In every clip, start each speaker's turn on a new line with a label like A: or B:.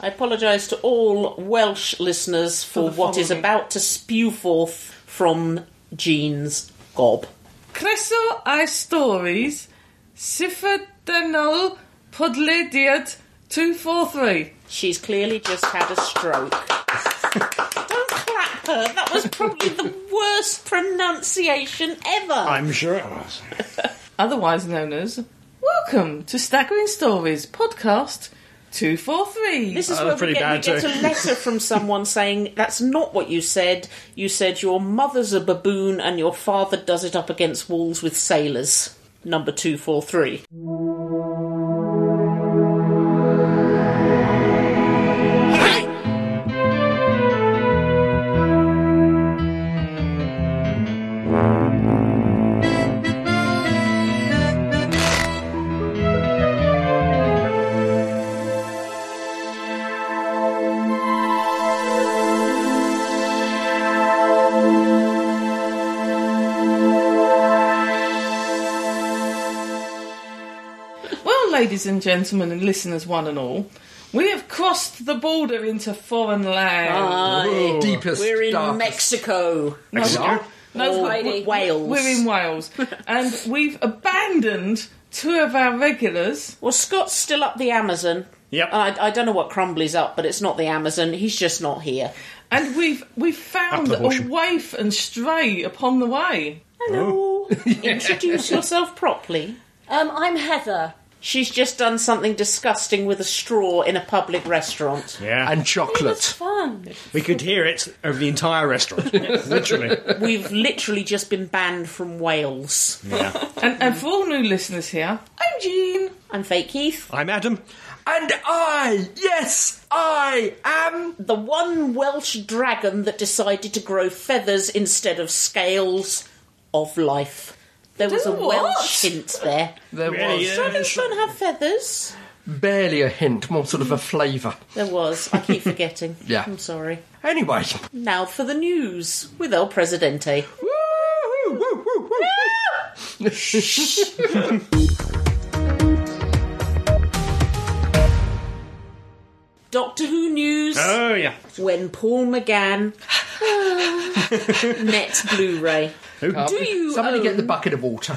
A: I apologise to all Welsh listeners for,
B: the
A: what is
B: following.
A: about to spew forth from Jean's gob.
B: Creso a'i stories Syffredynol Podlediad 243.
A: She's clearly just had a stroke. Don't clap her. That was probably the worst pronunciation ever.
C: I'm sure it was.
B: Otherwise known as Welcome to Staggering Stories Podcast 243.
A: This is
C: Oh,
A: where
C: pretty
A: we get, we
C: bad
A: get
C: joke.
A: a letter from someone saying that's not what you said. You said your mother's a baboon and your father does it up against walls with sailors. Number two four three.
B: Well, ladies and gentlemen, and listeners, one and all, we have crossed the border into foreign land.
A: Aye.
D: Deepest.
A: We're in
D: darkest-
A: Mexico.
D: No.
B: no,
A: Or
B: we're-
A: W- oh, Wales.
B: we're in Wales, and we've abandoned two of our regulars.
A: Well, Scott's still up the Amazon.
C: Yep.
A: And I, I don't know what Crumbly's up, but it's not the Amazon. He's just not here.
B: And we've we've found
C: Up the
B: a
C: bush.
B: waif and stray upon the way.
A: Hello. Introduce yourself properly.
E: Um, I'm Heather.
A: She's just done something disgusting with a straw in a public restaurant.
C: Yeah.
D: And
E: It was
D: chocolate.
E: fun.
C: we could hear it over the entire restaurant. Literally.
A: We've literally just been banned from Wales.
C: Yeah.
B: And, and for all new listeners here, I'm Jean.
A: I'm Fake Keith.
C: I'm Adam.
D: And I, yes, I am.
A: the one Welsh dragon that decided to grow feathers instead of scales of life. There was a
B: Do what?
A: Welsh hint there.
D: There
C: Really,
D: was
C: yeah.
A: Dragons don't have feathers.
D: barely a hint, more sort of a flavour.
A: There was. I keep forgetting.
D: Yeah.
A: I'm sorry.
D: Anyway.
A: Now for the news with El Presidente.
D: Woo-hoo, woo, woo, woo.
A: Doctor Who news
C: Oh, yeah.
A: when Paul McGann met Blu-ray. Do you
D: Somebody
A: own...
D: get the bucket of water.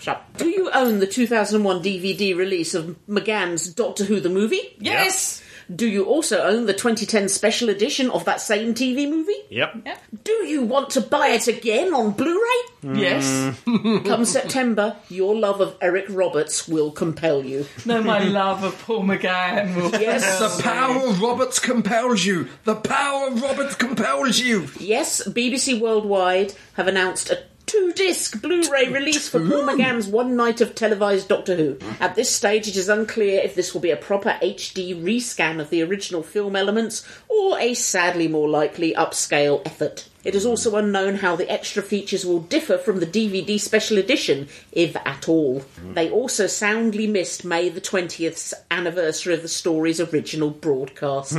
A: Shut. Do you own the 2001 DVD release of McGann's Doctor Who the movie?
B: Yes.
A: Do you also own the 2010 special edition of that same TV movie?
C: Yep.
A: Do you want to buy it again on Blu ray?
B: Yes.
A: Come September, your love of Eric Roberts will compel you.
B: No, my love of Paul McGann. will-
D: the power of Roberts compels you. The power of Roberts compels you.
A: Yes, BBC Worldwide have announced a two disc Blu ray release for Paul McGann's one night of televised Doctor Who. At this stage, it is unclear if this will be a proper HD rescan of the original film elements or a sadly more likely upscale effort. It is also unknown how the extra features will differ from the DVD special edition, if at all. They also soundly missed May the 20th's anniversary of the story's original broadcast.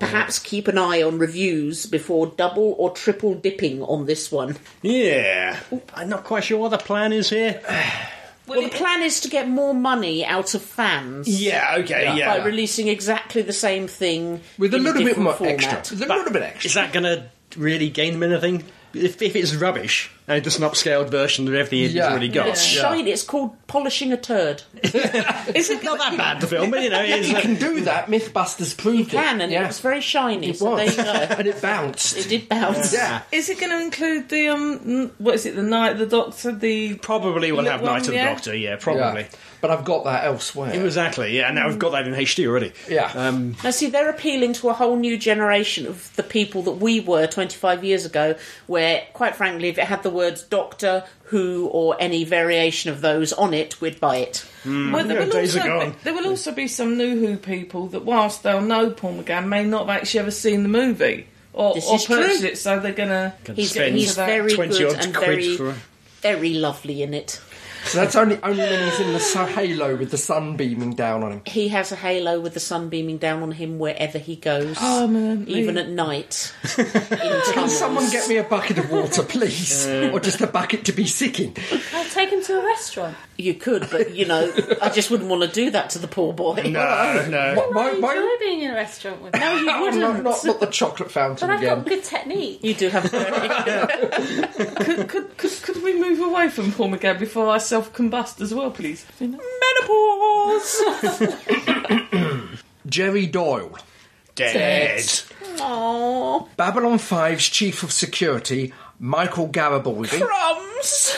A: Perhaps keep an eye on reviews before double or triple dipping on this one.
C: Yeah. I'm not quite sure what the plan is here.
A: Well, the plan is to get more money out of fans
C: Yeah, okay, yeah.
A: by releasing exactly the same thing
D: With a
A: in
D: little bit
A: different
D: more
A: format.
D: extra. With a little bit extra.
C: Is that going to really gain them anything? If, if it's rubbish and just an upscaled version of everything he's
D: Yeah.
C: already got,
D: Yeah.
A: It's
D: Yeah.
A: shiny. It's called polishing a turd.
B: Is it
C: not that bad the film, but you know, it's
D: You
C: uh,
D: can do that. Mythbusters proved
A: You can,
D: it.
A: and
D: yeah.
A: it was very shiny.
D: It
A: so
D: was.
A: there you go.
D: and it bounced.
A: It did bounce.
D: Yeah.
B: Is it going to include the um? n- What is it? The night, the doctor, the
C: probably will
B: Look
C: have
B: one,
C: Night of the
B: yeah.
C: Doctor. Yeah, probably.
D: Yeah. But I've got that elsewhere.
C: Exactly. Yeah, now I've got that in HD already.
D: Yeah.
C: Um,
A: Now, see, they're appealing to a whole new generation of the people that we were 25 years ago, where, quite frankly, if it had the words Doctor, Who, or any variation of those on it, we'd buy it.
B: Well, there,
C: Yeah,
B: will
C: days
B: also
C: are
B: be,
C: gone.
B: there will also be some new Who people that, whilst they'll know Paul McGann, may not have actually ever seen the movie or,
A: This
B: or
A: is true.
B: purchased it, so they're going to.
A: He's,
C: spend
A: he's very
C: 20
A: good
C: odd
A: and
C: quid
A: very,
C: for-
A: very lovely in it.
D: So that's only only when he's in the su- halo with the sun beaming down on him.
A: He has a halo with the sun beaming down on him wherever he goes,
B: Oh, man.
A: even at night. in tunnels.
D: Someone get me a bucket of water, please, or just a bucket to be sick in.
E: I'll take take him to a restaurant?
A: You could, but you know, I just wouldn't want to do that to the poor boy.
F: No, no.
E: I enjoy being in a restaurant with him.
A: you
D: Oh,
A: wouldn't.
D: not, not, not the chocolate fountain
E: But I've got
D: again.
E: good technique.
A: You do have very
G: could, could, could, could we move away from Paul McGann before I self combust as well, please? You know?
A: menopause.
D: Jerry Doyle,
F: Dead.
A: Aww,
D: Babylon 5's chief of security, Michael Garibaldi,
A: crumbs.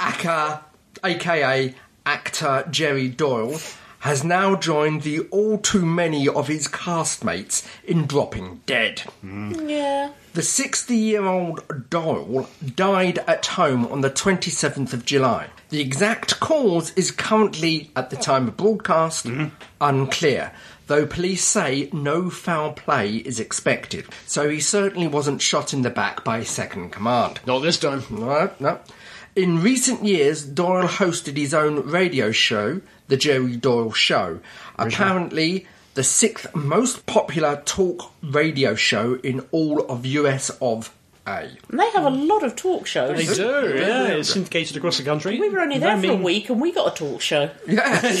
D: aka, aka actor Jerry Doyle, has now joined the all too many of his castmates in dropping dead.
A: Yeah.
D: The 60 year old Doyle died at home on the 27th of July. The exact cause is currently, at the time of broadcast, unclear, though police say no foul play is expected. So he certainly wasn't shot in the back by second command.
F: Not this time.
D: No, no. In recent years, Doyle hosted his own radio show, The Jerry Doyle Show. Apparently, the sixth most popular talk radio show in all of US of A.
A: And they have a lot of talk shows.
F: They do, yeah. It's syndicated across the country.
A: We were only there
F: I
A: for a
F: mean-
A: week and we got a talk show.
D: Yes.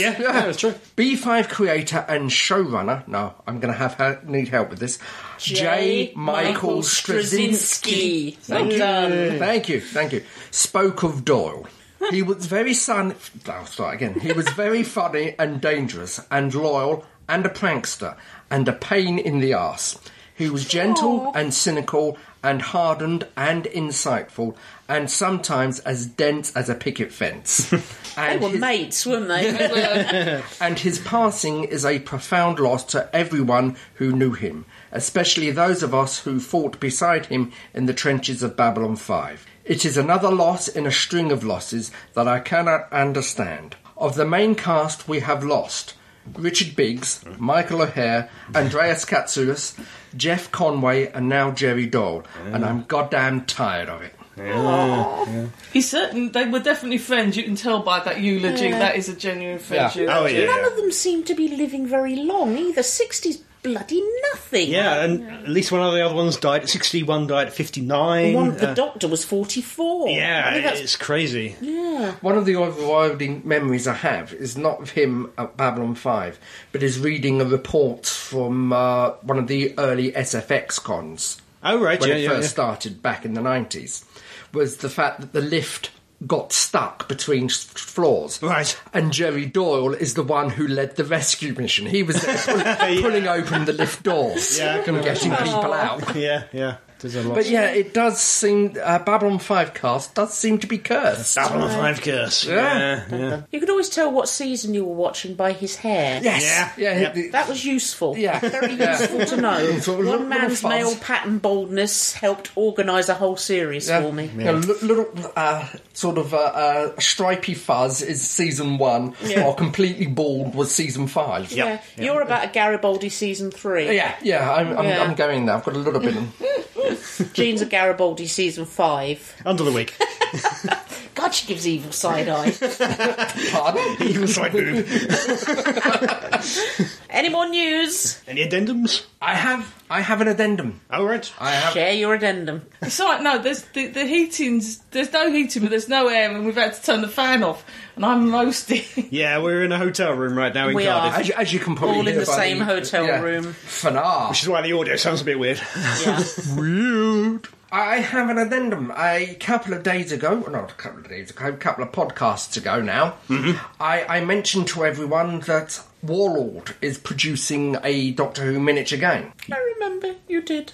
F: Yeah, yeah, that's true.
D: B5 creator and showrunner. No, I'm going to have her, need help with this. J. Michael Straczynski.
A: Well done.
D: Thank you, thank you. Spoke of Doyle. He was very sun. I'll start again. He was very funny and dangerous and loyal and a prankster and a pain in the ass. He was gentle and cynical and hardened and insightful and sometimes as dense as a picket fence.
A: They
D: And
A: were
D: his-
A: mates, weren't they?
D: and his passing is a profound loss to everyone who knew him, especially those of us who fought beside him in the trenches of Babylon 5. It is another loss in a string of losses that I cannot understand. Of the main cast, we have lost Richard Biggs, Michael O'Hare, Andreas Katsoulis, Jeff Conway, and now Jerry Doyle, and I'm goddamn tired of it.
G: He certain they were definitely friends. You can tell by that eulogy that is a genuine friendship.
F: Oh,
A: None
F: yeah.
A: of them seem to be living very long either. 60's bloody nothing.
F: Yeah, and at least one of the other ones died at 61, died at 59.
A: One, the
F: Uh,
A: doctor was 44. I
F: yeah,
A: think that's
F: it's crazy.
D: One of the overriding memories I have is not of him at Babylon 5, but is reading a report from uh, one of the early SFX cons
F: Oh, right,
D: when
F: yeah,
D: it
F: yeah,
D: first
F: yeah.
D: started back in the 90s, was the fact that the lift got stuck between s- floors.
F: Right.
D: And Jerry Doyle is the one who led the rescue mission. He was there pull- pulling open the lift doors
F: Yeah, I can
D: and getting people out.
F: Yeah, yeah. There's a lot.
D: But yeah, it does seem, uh, Babylon 5 cast does seem to be cursed.
F: Babylon 5 curse. Yeah, yeah.
A: You could always tell what season you were watching by his hair.
D: Yes.
F: Yeah.
D: Yeah.
F: Yeah.
D: it-
A: That was useful.
D: Yeah.
A: Very
D: Yeah.
A: useful to know.
D: Sort of little
A: One man's
D: fuzz.
A: male pattern baldness helped organise a whole series
D: Yeah.
A: for me.
D: Yeah, li- little uh, sort of uh, uh, stripy fuzz is season one,
A: Yeah.
D: while completely bald was season five.
F: Yeah.
A: Yeah. You're about a Garibaldi season three.
D: Yeah, yeah, I'm, I'm,
A: Yeah.
D: I'm going there. I've got a little bit. Of,
A: Jean's a Garibaldi season five.
F: Under the wig.
A: God, she gives evil side eye.
D: pardon?
F: Even side boob.
A: Any more news?
F: Any addendums?
D: I have, I have an addendum.
F: Oh, right.
D: I have.
A: Share your addendum.
G: It's like no, there's the, the heating's there's no heating, but there's no air, and we've had to turn the fan off, and I'm roasting.
F: Yeah, we're in a hotel room right now in
A: We
F: Cardiff.
A: are.
D: As, you- as you can probably
A: All in
D: hear
A: the
D: by
A: same hotel
D: yeah,
A: room.
D: Fanar.
F: Which is why the audio sounds a bit weird.
A: Yeah.
D: Weird. I have an addendum. A couple of days ago, well, not a couple of days ago, a couple of podcasts ago now,
F: Mm-hmm.
D: I, I mentioned to everyone that Warlord is producing a Doctor Who miniature game.
A: I remember you did.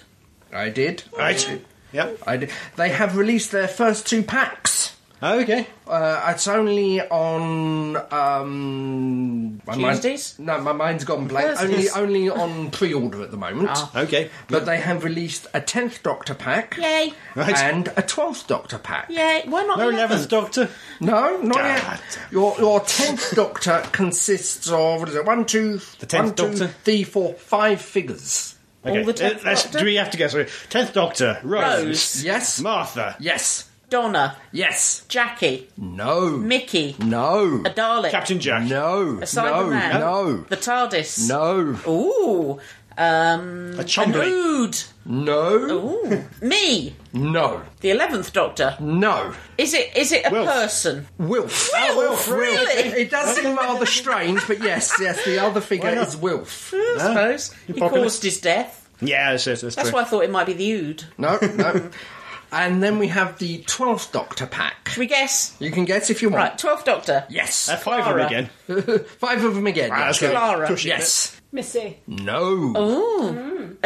D: I did. I
F: Right.
D: did.
F: Yep.
D: I did. They have released their first two packs.
F: Okay.
D: Uh, it's only on um, my mind-
A: Tuesdays?
D: no, my mind's gone blank. Only,
A: Thursdays. Ah.
D: only on pre-order at the moment.
F: Okay.
D: But they have released a tenth Doctor pack
A: Yay.
F: Right.
D: and a twelfth Doctor pack.
A: Yay. Why not?
F: No
A: 11?
F: 11th Doctor.
D: No, not
F: God
D: yet.
F: damn.
D: Your your tenth Doctor consists of what is it? One, two,
F: The 10th
D: one, two,
F: Doctor?
D: three, four, five figures.
A: All the 10th
F: Uh, that's-
A: Doctor?
F: Do we have to guess? 10th Doctor. Rose.
A: Rose.
D: Yes.
F: Martha.
D: Yes.
A: Donna,
D: Yes.
A: Jackie,
D: No.
A: Mickey,
D: no.
A: a Dalek,
C: Captain Jack.
D: no.
A: Simon
D: no.
A: Man,
D: No.
A: the TARDIS,
D: No.
A: ooh, um,
C: A Chumbly.
A: Ood,
D: No.
A: ooh, me,
D: No.
A: the Eleventh Doctor.
D: No.
A: Is it is it a
C: Wilf.
A: person?
D: Wilf.
A: Wilf, really?
D: It, it does seem rather strange, but yes, yes, the other figure
C: Why not?
D: is Wilf.
A: I suppose he
C: popular.
A: caused his death.
C: Yeah, that's, that's, that's
A: That's
C: true.
A: why I thought it might be the Ood.
D: No, no. and then we have the 12th Doctor pack.
A: Should we guess?
D: You can guess if you want.
A: Right, Twelfth Doctor.
D: Yes.
C: Uh, five of them
A: Clara.
C: again.
D: Five of them again.
C: Ah, that's
D: yeah.
C: gonna
A: Clara.
C: push it a bit.
D: Yes.
E: Missy.
D: No.
A: Ooh, a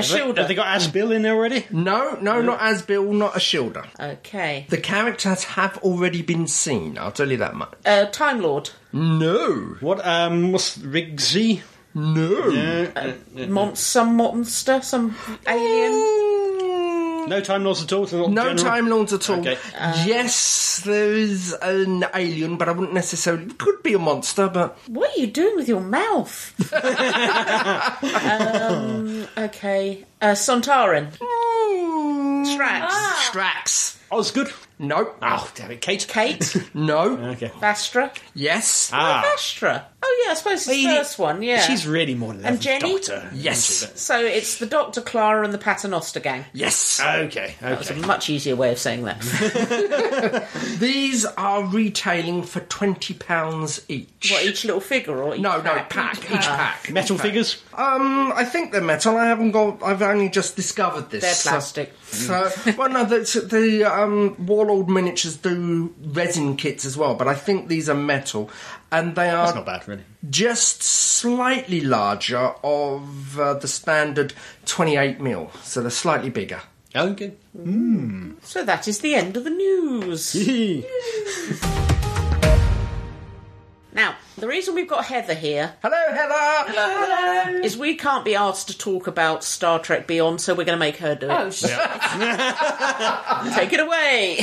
C: Have
A: shielder.
C: they- Have they got Asbill in there already?
D: No, no, not as Bill, not a shielder.
A: Okay,
D: The characters have already been seen, I'll tell you that much.
A: uh, Time Lord,
D: No.
C: What, um, what's Rigsy?
D: No.
C: Mm.
A: Mon- some monster, some alien.
C: No Time Lords at all? so not
D: No
C: general?
D: Time Lords at all.
C: Okay.
D: yes, there is an alien, but I wouldn't necessarily. Could be a monster, but
A: What are you doing with your mouth? um, okay, uh, Sontaran, Strax,
D: mm. Strax.
C: Osgood?
D: Nope.
C: Oh, damn it, Kate.
A: Kate,
D: No.
C: Okay.
A: Vastra.
D: Yes.
C: Ah.
A: Vastra. Oh yeah, I suppose it's the first one. Yeah,
C: She's really more than
A: And Jenny?
C: Doctor.
D: Yes.
A: so it's the Doctor, Clara, and the Paternoster gang.
D: Yes.
C: Okay,
A: It's a
C: okay.
A: much easier way of saying that.
D: These are retailing for twenty pounds each.
A: what each little figure or each
D: No, no,
A: pack? Ah.
D: pack, each pack.
C: Metal
D: Each pack.
C: figures?
D: Um, I think they're metal. I haven't got. I've only just discovered this.
A: They're
D: so-
A: plastic.
D: So, well, no, the, the um, Warlord miniatures do resin kits as well, but I think these are metal, and they are
C: That's not bad, really.
D: just slightly larger of uh, the standard 28 mil, so they're slightly bigger.
C: Okay.
A: So that is the end of the news. now, the reason we've got Heather here
D: Hello, Heather. Hello.
A: is we can't be asked to talk about Star Trek Beyond, so we're going to make her do it.
E: Oh, shit.
A: Take it away.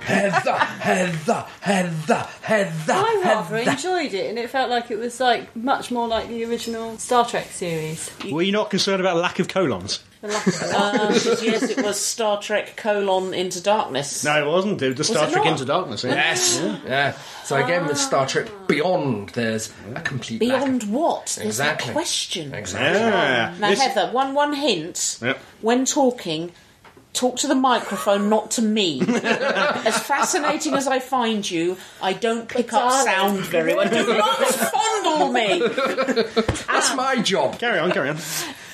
D: Heather, Heather, Heather, Heather.
E: I rather
D: Heather.
E: enjoyed it, and it felt like it was like much more like the original Star Trek series.
C: Were you not concerned about lack of colons?
E: The lack of-
A: Um, yes, it was Star Trek colon Into Darkness.
C: No, it wasn't. It was Star
A: it
C: Trek
A: not?
C: Into Darkness. yeah.
D: Yes. Yeah. So again, with Star Trek Beyond, there's a complete lack of-
A: Beyond what? There's
D: Exactly.
A: that question.
D: Exactly.
C: Yeah.
A: Now,
C: This-
A: Heather, one one hint.
C: Yep.
A: When talking, talk to the microphone, not to me. as fascinating as I find you, I don't pick up
E: darling.
A: sound very well. Do not fondle me.
D: That's my job.
C: Carry on, carry on.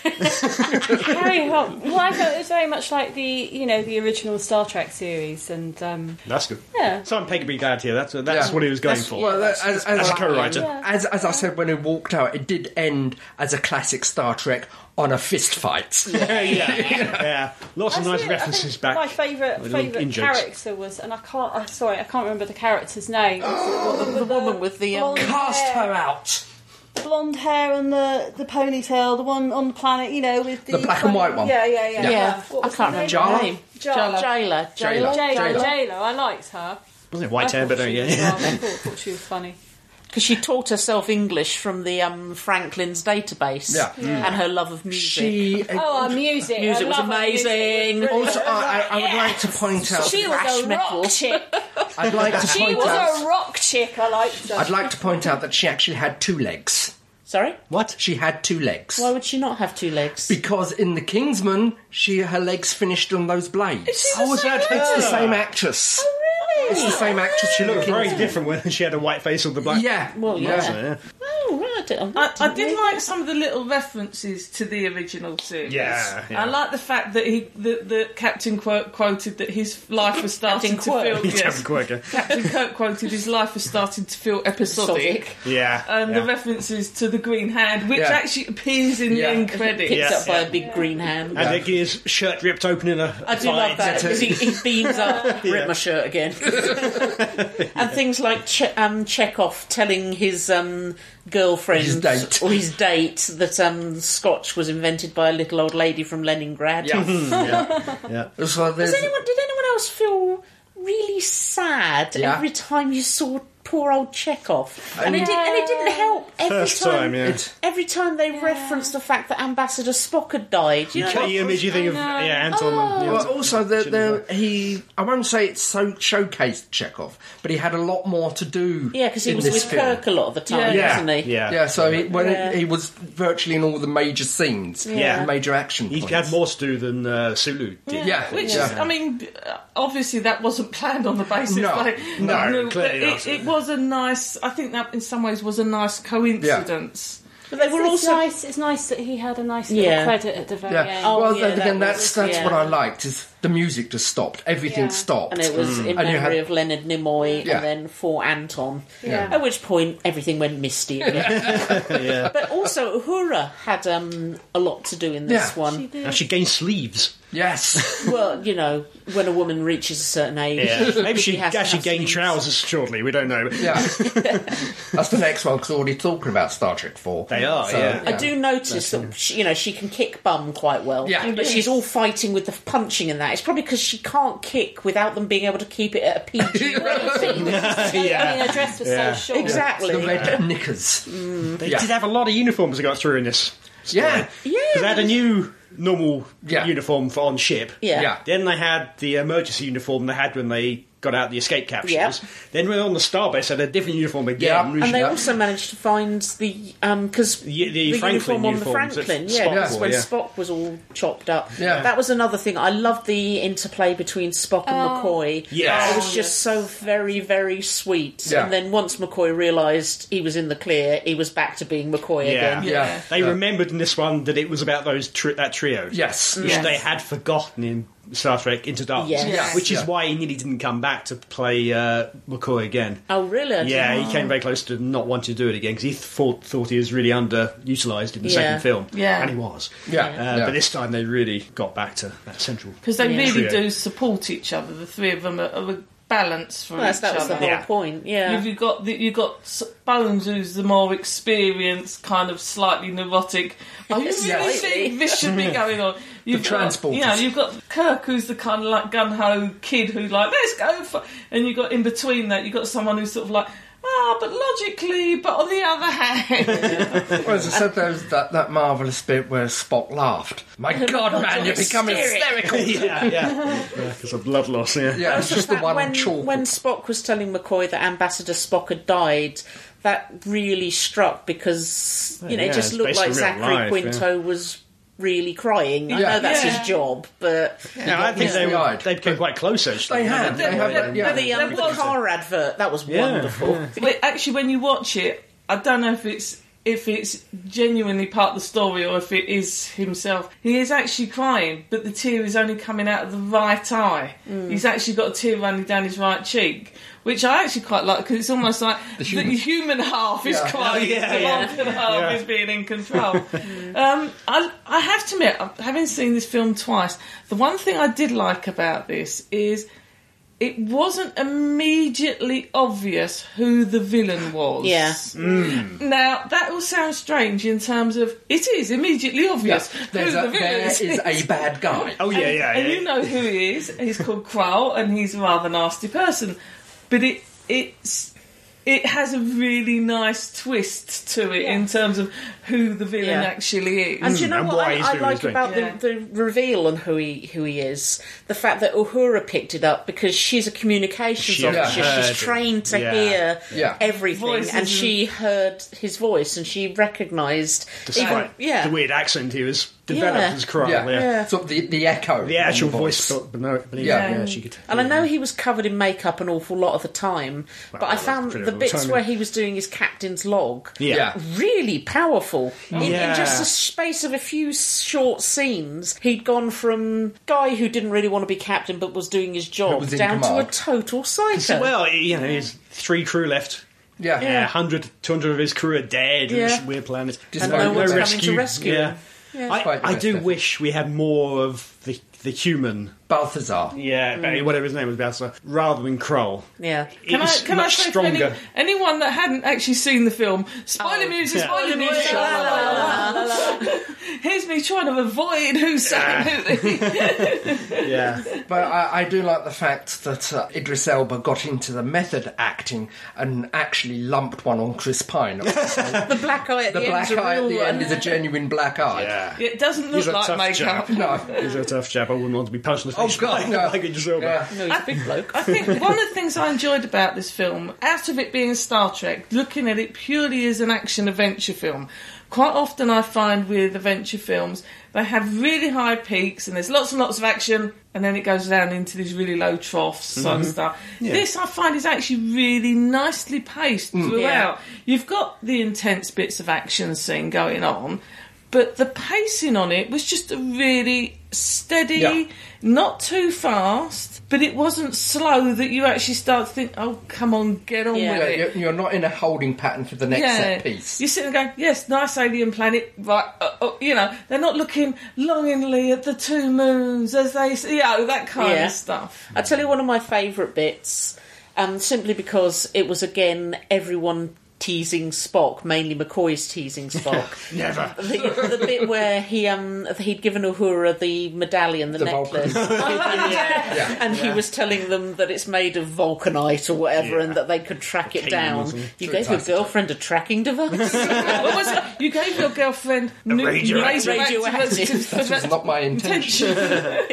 E: Carry on. Well, I felt it was very much like the you know the original Star Trek series, and um,
C: That's good.
E: Yeah.
C: So I'm Peggy glad here. That's, that's
D: Yeah.
C: what he was going for.
D: Well, that- as, as,
C: As a co-writer.
E: Yeah.
D: as, as I said when it walked out, it did end as a classic Star Trek on a fist fight.
C: yeah, yeah, yeah. Lots of
E: Actually,
C: nice
E: I
C: references
E: think
C: back.
E: My favourite
C: Little
E: favourite
C: in-jokes.
E: character was, and I can't. I sorry, I can't remember the character's name.
A: The woman with the um,
E: blonde
D: Cast
E: hair,
D: her out.
E: blonde hair and the the ponytail, the one on the planet, you know, with the,
D: The black and
E: funny-
D: white one.
E: Yeah, yeah, yeah.
A: yeah,
E: What
A: I
E: was
A: can't
E: her
A: remember
D: Jala?
A: her name.
E: Jala.
A: Jala.
D: Jala.
A: Jala.
E: J Lo,
D: Jayla.
E: J Lo. I liked her.
C: Wasn't it white
E: I
C: hair? But
E: thought
C: uh,
E: she
C: yeah,
E: was
C: yeah.
E: rather- I thought, thought she was funny.
A: Because she taught herself English from the um, Franklin's database
D: Yeah.
A: and her love of music.
D: She.
E: Oh, her music.
A: Music
E: I
A: was
E: love her music.
A: amazing.
D: also, I, I- I would like to point out.
E: She was
A: Thrash
E: a
A: metal.
E: rock chick.
D: I'd like to
E: She
D: point
E: was a
D: out.
E: rock chick. I liked her.
D: I'd like to point out that she actually had two legs.
A: Sorry?
C: What?
D: She had two legs
A: Why would she not have two legs?
D: because in the Kingsman, she her legs finished on those blades.
C: How was that?
D: It's the same actress.
A: really?
D: It's the same actress. She
C: Looked
D: looked
C: very different when she had a white face on the black.
D: Yeah.
A: Well, yeah.
C: Yeah.
A: Oh, right. I,
B: I, I did like some of the little references to the original series.
C: Yeah, yeah.
B: I like the fact that he, that, that Captain Quirk quoted that his life was starting to
A: Captain Quirk.
B: feel.
C: Captain
B: Yes.
C: Quirk, eh?
B: Captain Kirk quoted his life was starting to feel episodic.
C: Yeah.
B: And
C: yeah.
B: Um, the references to the green hand, which
D: Yeah.
B: actually appears in
D: Yeah.
B: the end
A: picked
B: credits.
C: Yeah.
A: up by a big green hand.
C: and Nick is shirt ripped open in a.
A: I do love that
D: too.
A: because he, he beams up, rip my shirt again, and things like che- um, Chekhov telling his um, girlfriend friend
D: His date.
A: or his date that um, Scotch was invented by a little old lady from Leningrad.
D: Yeah.
C: yeah, yeah.
D: So there's,
A: Does anyone, did anyone else feel really sad
D: Yeah.
A: every time you saw poor old Chekhov? And, it, did, and it didn't help every
C: First
A: time.
C: time, yeah.
D: It-
A: Every time they referenced the fact that Ambassador Spock had died, you know,
C: Cut
A: like,
C: the image you think of
E: I know.
C: yeah, Anton. and-
D: Well, also, the,
C: Shouldn't
D: the, he I won't say it so showcased Chekhov, but he had a lot more to do.
A: yeah, because he
D: in
A: was
D: this
A: with
D: film.
A: Kirk a lot of the time,
D: Yeah.
A: wasn't he?
C: yeah,
D: Yeah, so he, when
A: Yeah.
D: He, he was virtually in all the major scenes,
C: Yeah.
D: major action.
C: He
D: points.
C: had more to do than uh, Sulu did.
D: Yeah,
B: Which
D: yeah.
B: is, I mean, obviously that wasn't planned on the basis.
D: No,
B: like,
D: no,
B: but
C: clearly
B: it,
C: not.
B: it was a nice. I think that in some ways was a nice coincidence.
A: But they were
E: It's
A: also
E: nice. It's nice that he had a nice little
A: Yeah.
E: credit at the very
D: Yeah.
E: end.
A: Oh,
D: well,
A: yeah,
D: then again,
A: that
D: that's
A: was-
D: that's
A: yeah.
D: what I liked is the music just stopped. Everything
E: Yeah.
D: stopped.
A: and it was in
D: Mm. And you
A: memory
D: had-
A: of Leonard Nimoy
D: Yeah.
A: and then for Anton.
E: Yeah.
A: At which point everything went misty again. But also Uhura had um, a lot to do in this
D: Yeah.
A: one.
C: And she gained sleeves.
D: yes,
A: Well, you know, when a woman reaches a certain age,
C: Yeah. Maybe she,
A: has to
C: actually
A: have
C: gained
A: sleeves.
C: trousers shortly. We don't know.
D: yeah. that's the next one because we're already talking about Star Trek Four.
C: They are,
D: So,
C: yeah.
A: I do notice that she, you know she can kick bum quite well,
D: Yeah.
A: but she's all fighting with the punching and that. It's probably because she can't kick without them being able to keep it at a PG.
E: I mean, her dress was so short.
A: exactly.
D: The red knickers.
C: They
D: Yeah.
C: did have a lot of uniforms that got through in this.
D: Yeah.
A: Yeah,
C: Because they had a new normal
D: Yeah.
C: uniform for on ship.
A: Yeah.
D: Yeah.
C: Then they had the emergency uniform they had when they got out the escape capsules.
A: Yep.
C: Then when they were on the starbase, they had a different uniform
D: Yeah.
C: again. which-
A: And they
D: Yeah.
A: also managed to find the because
C: Ye- the
A: uniform
C: Franklin
A: on the
C: uniforms that
A: Franklin,
C: Spock
A: yeah, that's
C: wore,
A: when
C: yeah.
A: Spock was all chopped up.
D: Yeah.
A: that was another thing. I loved the interplay between Spock and McCoy.
C: Yes.
A: it was just so very very sweet.
D: Yeah.
A: And then once McCoy realised he was in the clear, he was back to being McCoy
C: yeah.
A: again.
D: Yeah.
C: They remembered in this one that it was about those tri- that trio.
D: Yes.
C: Which
B: Yes.
C: they had forgotten in Star Trek Into Darkness.
A: Yes. Yes.
C: Which is
D: Yeah.
C: why he nearly didn't come back to play uh, McCoy again.
A: Oh really? I didn't
C: Yeah, he came very close to not wanting to do it again because he thought, thought he was really underutilised in the
A: Yeah.
C: second film.
B: Yeah.
C: And he was.
D: Yeah,
C: Uh,
D: yeah.
C: But this time they really got back to that central.
B: Because they really
C: Trio.
B: do support each other. The three of them are, are a balance for
A: Well, that's,
B: each
A: that was the
B: other.
A: whole
C: Yeah.
A: point. Yeah.
B: You've got the, you've got S- Bones, who's the more experienced, kind of slightly neurotic. I you really
D: Yes.
B: think this should be going on. You've got,
D: transporters.
B: you know, you've got Kirk, who's the kind of like gun ho kid who like let's go for, and you've got in between that you've got someone who's sort of like ah, but logically, but on the other hand,
D: Well, as I said, there was that, that marvellous bit where Spock laughed. My God, man, you're becoming hysterical.
C: yeah, yeah. Because of blood loss, yeah.
D: Yeah, it's just the
A: That
D: one
A: when,
D: chalk.
A: when Spock was telling McCoy that Ambassador Spock had died, that really struck because you know
C: yeah,
A: it just
C: it's
A: looked
C: based
A: like
C: on real
A: Zachary
C: life,
A: Quinto was really crying. I
D: Yeah.
A: know that's
B: Yeah.
A: his job, but
C: No, I think they, were,
D: Misty-eyed.
C: they became quite close, actually.
D: They had, they had, that- yeah.
A: the, um,
B: That
A: the
B: was-
A: car advert that was
C: Yeah.
A: wonderful.
B: But actually, when you watch it, I don't know if it's if it's genuinely part of the story or if it is himself. He is actually crying, but the tear is only coming out of the right eye. He's actually got a tear running down his right cheek, which I actually quite like because it's almost like the human, half is
D: Yeah.
B: crying,
C: Oh, yeah,
B: the
C: yeah.
B: Vulcan half
C: Yeah.
B: is being in control. um, I, I have to admit, having seen this film twice, the one thing I did like about this is it wasn't immediately obvious who the villain was.
A: Yeah.
B: Now that will sound strange in terms of it is immediately obvious who
D: There's
B: the
D: a,
B: villain
D: there
B: is.
D: is a bad guy.
C: Oh, yeah, yeah,
B: and
C: yeah.
B: you know who he is. He's called Crowl, and he's a rather nasty person. But it it's it has a really nice twist to it in terms of who the villain
A: Yeah.
B: actually is.
A: And do you know
C: Hmm, and
A: what
C: why
A: I,
C: he's
A: I
C: doing
A: like
C: his thing.
A: about
B: Yeah.
A: the, the reveal on who he who he is? The fact that Uhura picked it up because she's a communications
C: She
A: officer.
C: heard
A: She's trained to
C: it. Yeah.
A: hear
D: Yeah.
A: everything,
B: Voices
A: and
B: and-
A: she heard his voice and she recognised.
C: Despite
A: yeah.
C: the weird accent he was developed
A: Yeah.
C: as Crow.
D: Yeah.
C: Yeah.
A: Yeah.
D: Sort of the, the echo.
C: The actual
D: in the
C: voice, but no, but
D: Yeah.
C: yeah. yeah, she could.
A: And I know he was covered in makeup an awful lot of the time, but I
C: that's
A: found
C: pretty
A: the
C: all the
A: bits
C: time,
A: where
C: yeah.
A: he was doing his captain's log
D: Yeah.
A: really powerful. In, in
C: Yeah.
A: just the space of a few short scenes, he'd gone from guy who didn't really want to be captain but was doing his job
D: was in
A: down to a
D: command.
A: total psycho.
C: Well, you know, he's three crew left.
D: Yeah.
C: Yeah, 100, 200 of his crew are dead in
A: Yeah.
C: this weird planet.
D: And no one's
A: coming to rescue
C: Yeah.
A: him.
C: I,
D: Quite the
C: I
D: best
C: do
D: effort.
C: wish we had more of the the human,
D: Balthazar.
C: yeah, Ba- whatever his name was, Bowser, rather than Kroll.
A: Yeah.
B: Mm. Can I,
C: It's
B: can I
C: much
B: say
C: stronger.
B: for any, anyone that hadn't actually seen the film, spoiler
A: Oh,
B: music,
C: yeah.
B: spoiler music.
A: La, la, la, la, la, la.
B: Here's me trying to avoid who's saying who.
C: Yeah.
D: But I, I do like the fact that uh, Idris Elba got into the method acting and actually lumped one on Chris Pine. the
A: The black eye at the,
D: black
A: end's a
D: eye at
A: real
D: the
A: one.
D: end is a genuine black eye.
C: yeah.
B: It doesn't look
C: He's a
B: like
C: tough
B: makeup.
C: chap.
D: No.
C: He's a tough chap. I wouldn't want to be punched in the
D: Oh,
C: face.
D: God,
C: by-
D: no.
C: Like it's over.
D: Yeah.
A: No, he's a big bloke.
B: I think one of the things I enjoyed about this film, out of it being Star Trek, looking at it purely as an action adventure film, quite often I find with adventure films, they have really high peaks and there's lots and lots of action, and then it goes down into these really low troughs
C: Mm-hmm.
B: and stuff. This I find is actually really nicely paced
C: Mm.
B: throughout. You've got the intense bits of action scene going on. But the pacing on it was just a really steady,
D: Yeah.
B: not too fast, but it wasn't slow that you actually start to think, oh, come on, get on
A: Yeah.
B: with
D: Yeah,
B: it.
D: you're, you're not in a holding pattern for the next set piece.
B: You're sitting there going, yes, nice alien planet, right? Uh, uh, you know, they're not looking longingly at the two moons as they, s- you know, that kind
A: Yeah.
B: of stuff.
A: I tell you one of my favourite bits, um, simply because it was again everyone teasing Spock, mainly McCoy's teasing Spock.
C: Never.
A: the, the bit where he um he'd given Uhura the medallion, the,
D: The
A: necklace, and he was telling them that it's made of vulcanite or whatever, and that they could track it
C: Volcano or
A: down.
C: something.
A: You gave your
D: types of-
A: girlfriend a tracking device.
B: what was it? You gave your girlfriend nu-
C: radioactive-
A: Radioactive.
D: It's not my intention.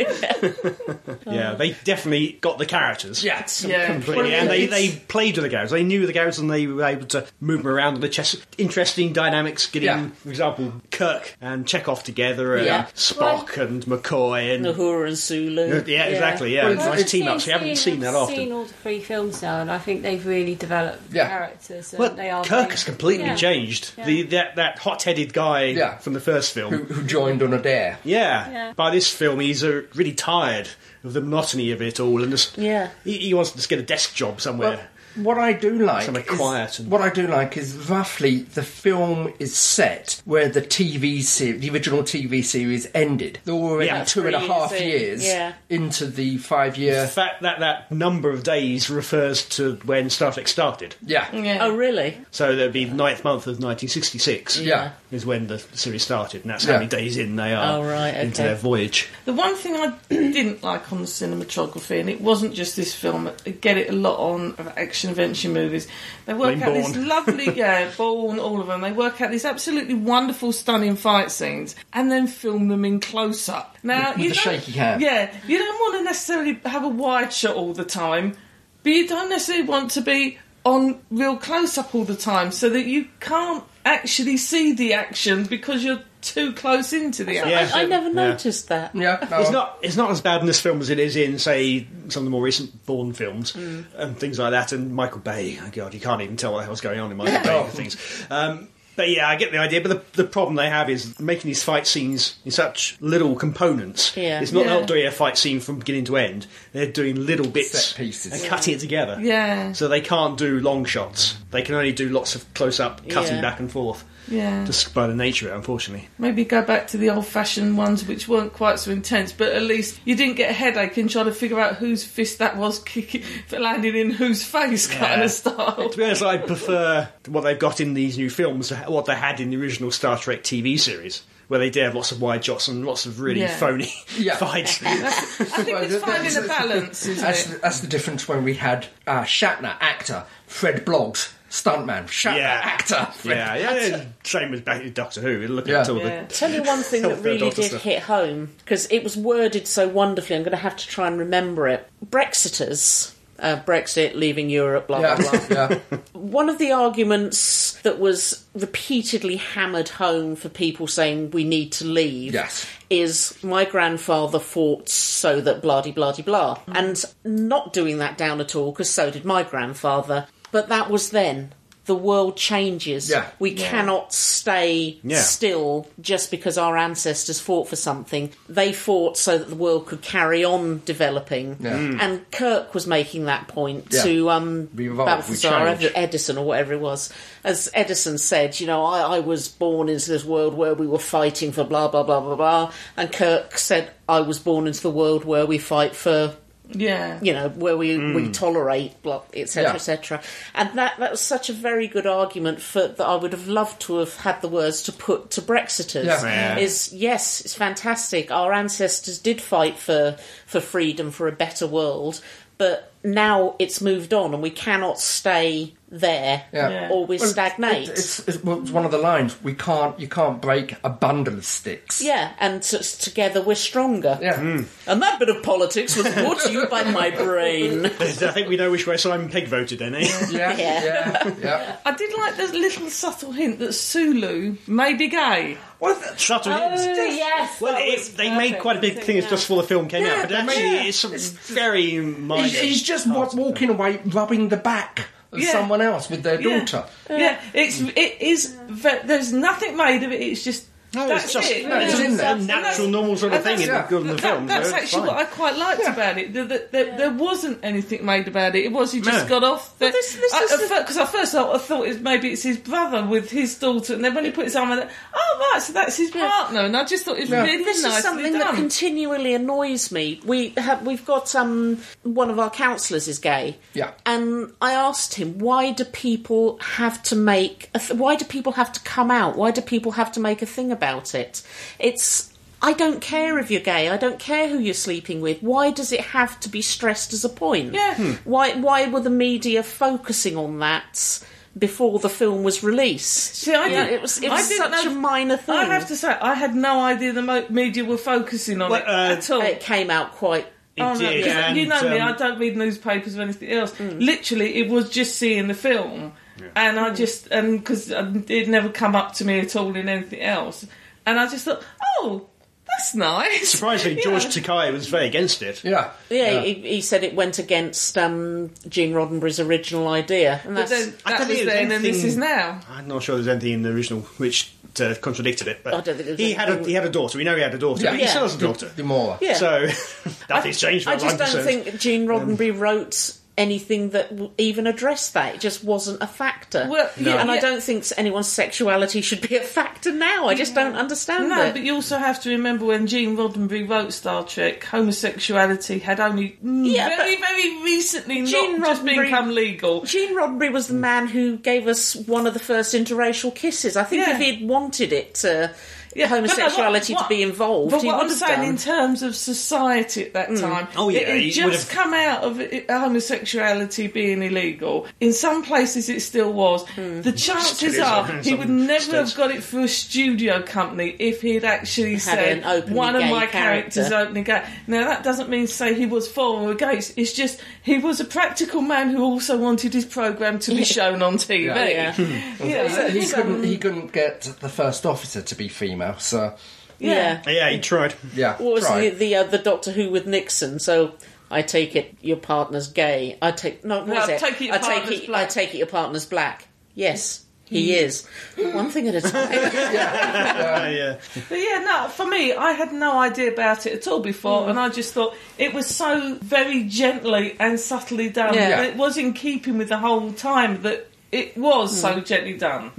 B: Oh.
C: Yeah, they definitely got the characters.
D: Yeah.
B: Yeah.
C: Completely. And they, they played with the characters. They knew the characters and they were able to move them around on the chess. Interesting dynamics, getting,
D: Yeah.
C: for example, Kirk and Chekhov together and
A: Yeah.
C: Spock and McCoy and.
A: Uhura and Sulu.
C: Yeah, exactly, yeah.
D: Well,
E: Well,
C: nice
E: I've
C: team ups. We haven't seen that
E: I've
C: often.
E: seen all the three films now, and I think they've really developed the
D: Yeah.
E: characters. And
C: Well,
E: they are
C: Kirk
E: very-
C: has completely
E: Yeah.
C: changed.
E: Yeah.
C: The that that hot-headed guy
D: Yeah.
C: from the first film.
D: Who, who joined on a dare.
C: yeah.
E: Yeah.
C: By this film, he's uh, really tired of the monotony of it all, and just
A: Yeah.
C: he, he wants to just get a desk job somewhere.
D: Well, what I do like
C: Somewhere
D: is,
C: quiet and-
D: what I do like is roughly the film is set where the TV se- the original TV series ended. They're already
C: Yeah.
D: two and a
A: Three
D: half
A: years in,
D: years
A: yeah.
D: into the five
C: the
D: year.
C: fact that that number of days refers to when Star Trek started,
D: Yeah, yeah,
B: Yeah.
A: Oh, really?
C: so there'd be the ninth month of 1966.
D: Yeah.
C: is when the series started, and that's
D: Yeah.
C: how many days in they are
A: Oh, right,
C: into
A: okay.
C: their voyage.
B: The one thing I didn't like on the cinematography, and it wasn't just this film, I get it a lot on action adventure movies. They work
C: Blame
B: out these
C: Bourne.
B: lovely, yeah, Bourne, all of them. They work out these absolutely wonderful, stunning fight scenes, and then film them in close up. Now
D: With-
B: you
D: with a
B: don't-
D: shaky hand.
B: Yeah, you don't want to necessarily have a wide shot all the time, but you don't necessarily want to be on real close up all the time, so that you can't actually see the action because you're too close into the action.
C: Yeah.
A: I, I never
C: Yeah.
A: noticed that.
D: no.
C: It's not it's not as bad in this film as it is in say some of the more recent Bourne films and things like that. And Michael Bay, oh God, you can't even tell what the hell's going on in Michael Bay
D: No.
C: and things. Um, but yeah, I get the idea. But the, the problem they have is making these fight scenes in such little components.
A: Yeah.
C: It's not
B: Yeah.
C: not doing a fight scene from beginning to end. They're doing little bits,
D: Set pieces.
C: and cutting it together.
B: Yeah.
C: So they can't do long shots. They can only do lots of close up cutting
A: Yeah.
C: back and forth.
B: Yeah.
C: Just by the nature of it, unfortunately.
B: Maybe go back to the old fashioned ones which weren't quite so intense, but at least you didn't get a headache in trying to figure out whose fist that was kicking, landing in whose face kind
C: Yeah.
B: of style.
C: To be honest, I prefer what they've got in these new films to what they had in the original Star Trek TV series, where they did have lots of wide shots and lots of really
B: Yeah.
C: phony
D: Yeah.
C: fights.
B: I think
D: Well,
B: it's
D: that-
B: finding a
D: that's-
B: balance, isn't
D: That's the,
B: it?
D: that's the difference when we had uh, Shatner, actor, Fred Bloggs, stuntman, Shatner,
C: Yeah.
D: actor. Fred-
C: yeah, yeah, yeah. Same as back in Doctor Who. Look
D: Yeah.
C: at all
B: Yeah.
C: the.
A: Tell you one thing that
C: Health
A: really
C: doctor
A: did
C: stuff.
A: hit home because it was worded so wonderfully. I'm going to have to try and remember it. Brexiters, uh, Brexit leaving Europe, blah blah blah.
D: Yeah, yeah.
A: One of the arguments that was repeatedly hammered home for people saying we need to leave
D: Yes.
A: is my grandfather fought so that blah de blah de blah.
D: Mm.
A: And not doing that down at all because so did my grandfather. But that was then. the world changes.
D: Yeah.
A: We cannot stay
C: Yeah.
A: still just because our ancestors fought for something. They fought so that the world could carry on developing.
D: Yeah. Mm.
A: And Kirk was making that point
D: Yeah.
A: to um,
D: We evolve, we
A: Balthazar
D: change.
A: Ed- Edison or whatever it was. As Edison said, you know, I, I was born into this world where we were fighting for blah, blah, blah, blah, blah. And Kirk said, I was born into the world where we fight for
B: Yeah.
A: you know where we we tolerate blah etc
D: Mm. Yeah.
A: etc and that that was such a very good argument for that i would have loved to have had the words to put to brexiters
D: Yeah.
C: Yeah.
A: is yes it's fantastic our ancestors did fight for for freedom for a better world but now it's moved on and we cannot stay there
D: Yeah.
B: Yeah.
A: or we
D: Well,
A: stagnate
D: it- it's, it's, well, it's one of the lines. We can't. You can't break a bundle of sticks.
A: yeah, and t- together we're stronger.
D: Yeah.
C: Hmm.
A: And that bit of politics was brought to you by my brain.
C: I think we know which way Simon Pegg voted then, eh?
D: Yeah.
A: Yeah.
D: Yeah. yeah, yeah.
B: I did like the little subtle hint that Sulu may be gay.
C: well, subtle hints.
E: yes.
C: Well,
E: that
C: it-
E: was
C: they made
E: Oh, perfect.
C: quite a big thing of just before the film came out, but
D: they made-
C: actually
D: yeah.
C: it's some very minor.
D: He's, he's just wa-
C: parts of the film.
D: walking away, rubbing the back of
B: Yeah.
D: someone else with their
B: Yeah.
D: daughter.
B: Yeah, it's it is. ve- There's nothing made of it. It's just
C: No,
B: that's
C: it's just
B: it.
C: no, it's
D: Yeah.
C: just a
D: Yeah.
C: natural, normal sort of
B: And
C: thing in the,
D: that's-
C: in the
B: That-
C: film.
B: that's
C: so it's
B: actually
C: fine.
B: what I quite liked about it. That, that, that There wasn't anything made about it. It was he just
C: No.
B: got off. Because
A: this- this
B: I,
A: is
B: at
A: the-
B: fir- 'cause I first thought, I thought it's maybe it's his brother with his daughter, and then when he put his arm around, it, oh right, so that's his partner, and I just thought it was really
A: this
B: nicely
A: is something that
B: done.
A: continually annoys me. We have we've got um one of our counsellors is gay.
D: Yeah.
A: and I asked him why do people have to make a th- why do people have to come out? Why do people have to make a thing about it? It's I don't care if you're gay. I don't care who you're sleeping with. Why does it have to be stressed as a point?
B: Yeah. Hmm.
A: Why why were the media focusing on that before the film was released?
B: See, I
A: You know,
B: didn't-
A: it was it
B: I
A: was
B: didn't
A: such
B: know-
A: a minor thing.
B: I have to say, I had no idea the mo- media were focusing on
C: Well,
B: it
C: uh,
B: at all.
A: it came out quite
B: Oh, no,
C: It did,
B: 'cause
C: and,
B: you know me,
C: um,
B: I don't read newspapers or anything else.
A: Mm.
B: Literally, it was just seeing the film, and I just and because it never come up to me at all in anything else, and I just thought, oh, that's nice.
C: Surprisingly,
B: Yeah.
C: George Takei was very against it.
D: Yeah.
A: Yeah, He, he said it went against um, Gene Roddenberry's original idea, and
B: But
A: that's
B: then
C: I
B: that
C: don't
B: was
C: think it was
B: then, and this
C: anything-
B: is now.
C: I'm not sure there's anything in the original which uh, contradicted it, but
A: Oh, I don't think it was
C: he had a
A: anything-
C: he had a daughter. We know he had a daughter.
D: Yeah.
C: But he
A: Yeah.
C: still has a daughter.
D: Gamora.
A: Yeah.
C: So nothing's changed.
A: I
C: as far
A: just
C: as
A: don't
C: I'm concerned.
A: think Gene
B: um,
A: Roddenberry wrote anything that w- even addressed that. It just wasn't a factor.
B: Well, No.
A: and I
B: yeah.
A: don't think anyone's sexuality should be a factor now. I just don't understand
B: No,
A: it.
B: but you also have to remember when Gene Roddenberry wrote Star Trek, homosexuality had only mm,
A: Yeah,
B: very, very recently
A: Gene
B: not just
A: Roddenberry-
B: become legal.
A: Gene Roddenberry
B: Mm.
A: was the man who gave us one of the first interracial kisses. I think
B: Yeah.
A: if he'd wanted it, uh,
B: Yeah, but no, what-
A: homosexuality
B: what-
A: to be involved, Mm.
B: But
A: he
B: what
A: would
B: I'm
A: have
B: saying,
A: done.
B: in terms of society at that time,
C: Oh, yeah,
B: it had
C: he would
B: just
C: have-
B: come out of it, homosexuality being illegal. In some places, it still was.
A: Hmm.
B: The chances
C: Still is,
B: are
C: in
B: he
C: some
B: would never
C: states.
B: have got it for a studio company if he'd actually
A: an
B: said
A: openly
B: one of
A: gay
B: my characters
A: character."
B: opening gay. Now that doesn't mean to say he was for or against. It's just he was a practical man who also wanted his program to be shown on TV.
A: Yeah.
B: Yeah.
D: So he couldn't. He couldn't get the first officer to be female. So
A: yeah.
C: Yeah, he tried.
D: yeah,
A: What was the
D: try.
A: the, uh, the Doctor Who with Nixon? So I take it your partner's gay. I take no. What
B: No,
A: was it?
B: take it your
A: I take
B: partner's
A: it.
B: black.
A: I take it your partner's black. Yes, he is. One thing at a time.
C: Yeah, yeah.
B: But yeah, no, for me, I had no idea about it at all before,
A: Mm.
B: and I just thought it was so very gently and subtly done.
A: Yeah.
B: But It was in keeping with the whole time that it was so
A: Mm.
B: gently done.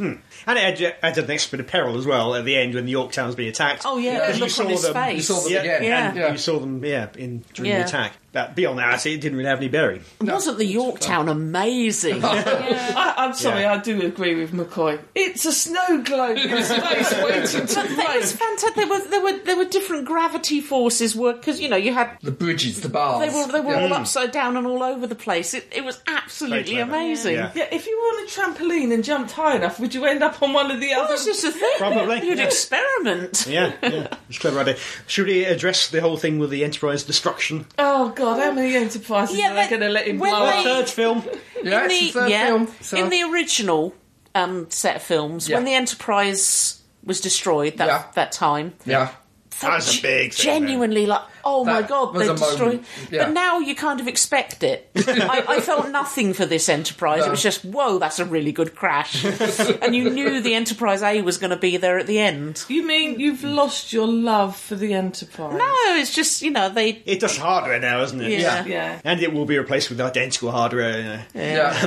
C: And it had- added an extra bit of peril as well at the end when the Yorktown's being attacked.
A: oh yeah,
C: Because
A: the
C: you
A: look
C: saw
A: on his
C: them-
A: face.
D: you saw them
C: Yeah,
D: again.
A: Yeah.
C: And
D: Yeah.
C: you saw them, yeah, in during
A: Yeah.
C: the attack. But beyond that, it didn't really have any bearing.
A: Wasn't the Yorktown amazing?
B: I, I'm sorry,
C: Yeah.
B: I do agree with McCoy. It's a snow globe in space waiting to
A: It was
B: rain.
A: fantastic. There were there were there were different gravity forces were because you know you had
D: the bridges, the bars.
A: they were they were
D: Yeah.
A: all upside down and all over the place. It it was absolutely
C: clever.
A: amazing.
C: Yeah.
B: Yeah, if you were on a trampoline and jumped high enough, would you end up on one of the
A: That
B: other?
A: was just a thing.
C: Probably,
A: you'd
C: yeah.
A: experiment.
C: Yeah, yeah. It's a clever idea. Should we address the whole thing with the Enterprise destruction?
B: Oh God, how many enterprises
A: Yeah,
B: are
A: but
B: they going to let him
A: when
B: blow
A: they-
B: up?
C: Third film.
D: yeah, it's the third film. So
A: in the original um, set of films,
D: Yeah.
A: when the Enterprise was destroyed that
D: Yeah.
A: that time,
D: yeah,
A: so
C: That's a
A: ge-
C: big thing,
A: genuinely like, oh my
D: That
A: god,
D: was
A: they're
D: a moment,
A: destroying.
D: yeah.
A: But now you kind of expect it. I, I felt nothing for this Enterprise. It was just, whoa, that's a really good crash, and you knew the Enterprise A was going to be there at the end.
B: You mean you've lost your love for the Enterprise?
A: No, it's just you know they.
C: It does hardware now, isn't it?
A: Yeah.
B: Yeah.
C: And it will be replaced with identical hardware, you know,
D: Yeah.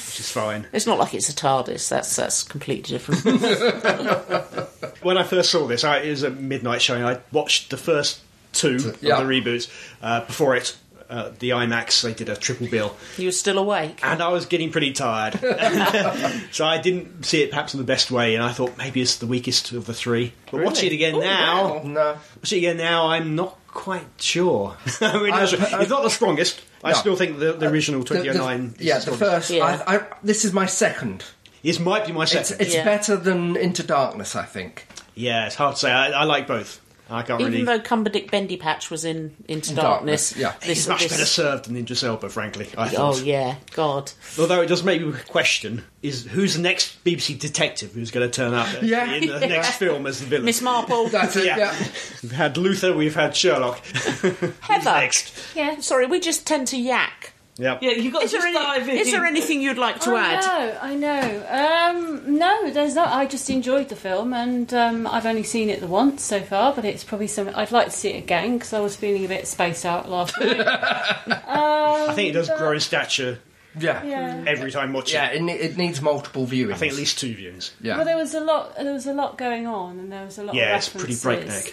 C: which is fine.
A: It's not like it's a TARDIS. That's that's completely different.
C: When I first saw this, I, it was a midnight showing. I watched the first two
D: Yeah.
C: of the reboots. Uh, before it, uh, the IMAX, they did a triple bill.
A: you were still awake.
C: and I was getting pretty tired. so I didn't see it perhaps in the best way, and I thought maybe it's the weakest of the three. But watching it again now,
D: no.
C: watching it again now, I'm not quite sure. I mean,
D: I-
C: it's it's not the strongest. I
D: No.
C: still think the, the original
D: uh, The- the-
C: 2009
D: yeah,
C: is the
D: the
C: strongest.
D: first.
A: Yeah.
D: I, I, this is my second.
C: This might be my
D: It's,
C: second.
D: it's
A: Yeah.
D: better than Into Darkness, I think.
C: yeah, it's hard to say. I, I like both. I can't
A: Even
C: really.
A: though Cumberdick Bendy Patch was in Into
D: Darkness,
A: Darkness,
D: yeah.
A: this,
C: He's much
A: this-
C: better served than Idris Elba, frankly. I
A: Oh
C: thought.
A: yeah, God.
C: Although it does make me question: is who's the next BBC detective who's going to turn up at-
D: Yeah.
C: in the
A: Yeah.
C: next film as the villain?
A: Miss Marple,
D: That's it.
C: Yeah.
D: Yeah.
C: We've had Luther, we've had Sherlock.
A: Heather.
C: Next.
E: Yeah.
A: Sorry, we just tend to yak.
C: Yep.
B: Yeah, you got
A: Is
B: to
A: there,
B: just dive in. Oh,
A: any, is there anything you'd like to
E: I
A: add?
E: know, I know. Um, no, there's not. I just enjoyed the film, and um, I've only seen it the once so far. But it's probably something I'd like to see it again because I was feeling a bit spaced out last night.
C: I think it does grow in stature
D: Yeah. Yeah.
E: yeah.
C: every time watching.
D: it, ne- it needs multiple viewings.
C: I think at least two viewings.
D: Yeah.
E: Well, there was a lot. There was a lot going on, and there was a lot.
C: Yeah,
E: of
C: it's pretty
E: references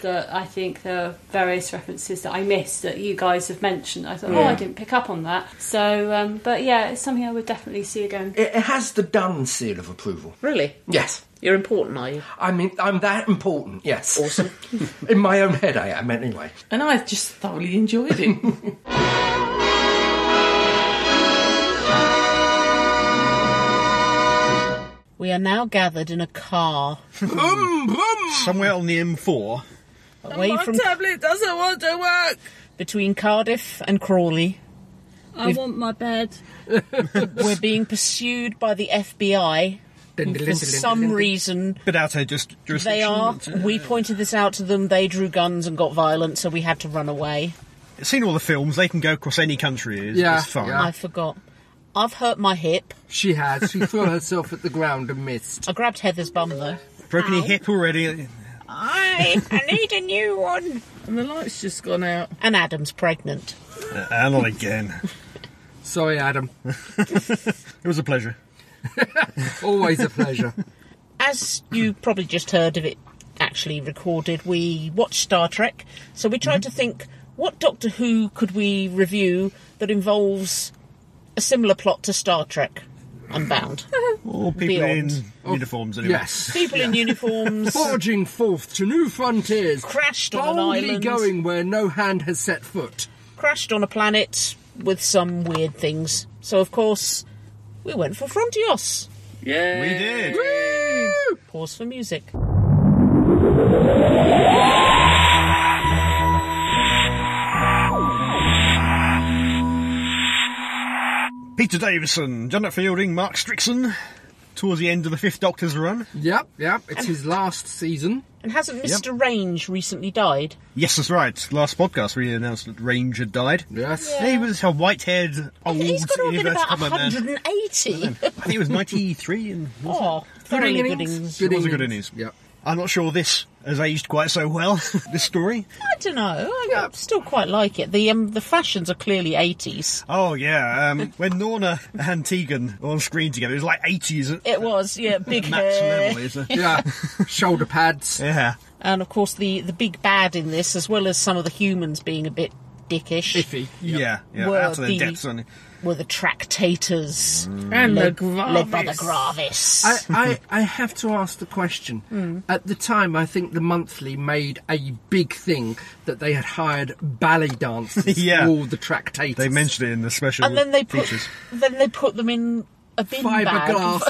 C: breakneck.
E: That I think there are various references that I missed that you guys have mentioned. I thought, oh, I didn't pick up on that. So, um, but yeah, it's something I would definitely see again.
D: it, it has the done seal of approval.
A: Really?
D: Yes.
A: You're important, are you?
D: I mean, I'm that important. Yes. Awesome. In my own head, I am anyway.
B: And I just thoroughly enjoyed it.
A: We are now gathered in a car
C: Somewhere on the M4.
A: away
B: tablet doesn't want to work.
A: between Cardiff and Crawley.
E: I want my bed.
A: We're being pursued by the FBI. For some reason,
C: But out of just
A: they are. We pointed this out to them. They drew guns and got violent, so we had to run away.
C: Seen all the films, they can go across any country. It's,
D: Yeah,
C: it's fine.
D: yeah.
A: I forgot. I've hurt my hip.
D: She has. She threw herself at the ground and missed.
A: I grabbed Heather's bum though.
C: Broken your hip already.
A: I, I need a new one.
B: And the light's just gone out.
A: And Adam's pregnant.
C: And on Uh, again.
D: Sorry, Adam.
C: It was a pleasure.
D: Always a pleasure.
A: as you probably just heard of it actually recorded, we watched Star Trek. So we tried to think what Doctor Who could we review that involves a similar plot to Star Trek Unbound?
C: All people
A: Beyond.
C: in uniforms, anyway.
D: yes.
A: People in uniforms
D: Forging forth to new frontiers.
A: crashed on an
D: Boldly
A: island,
D: going where no hand has set foot.
A: crashed on a planet with some weird things. So, of course, we went for Frontios.
B: Yeah.
C: We did.
A: Pause for music.
C: Peter Davison, John Fielding, Mark Strickson. Towards the end of the Fifth Doctor's run.
D: Yep, yep. It's his last season.
A: And hasn't Mr. Range recently died?
C: Yes, that's right. Last podcast, we announced that Range had died.
D: Yes.
C: He was a white-haired old
A: He's got to have been
C: inverted
A: about
C: comma man.
A: 180.
C: I think it was 93 and
A: Oh, thoroughly good innings.
D: Good
C: It was a good innings.
D: Yep.
C: I'm not sure this has aged quite so well, this story.
A: I don't know. I I still quite like it. The um, the fashions are clearly eighties.
C: Oh, yeah. Um, when Norna and Tegan were on screen together, it was like 80s at
A: It was, yeah, big
C: max
A: hair,
C: level, isn't it?
D: Yeah. Shoulder pads.
C: Yeah.
A: and of course the the big bad in this, as well as some of the humans being a bit dickish,
D: Iffy.
C: Yeah, yeah,
A: Were
C: out of
A: the-
C: their depths on it.
A: were the tractators
B: And the
A: led by the
B: Gravis.
A: Gravis.
D: I, I, I have to ask the question.
B: Hmm.
D: At the time, I think the monthly made a big thing that they had hired ballet dancers
C: Yeah.
D: for all the tractators.
C: They mentioned it in the special
A: and then they put
C: features.
A: then they put them in
B: a bin bag.
D: fiberglass,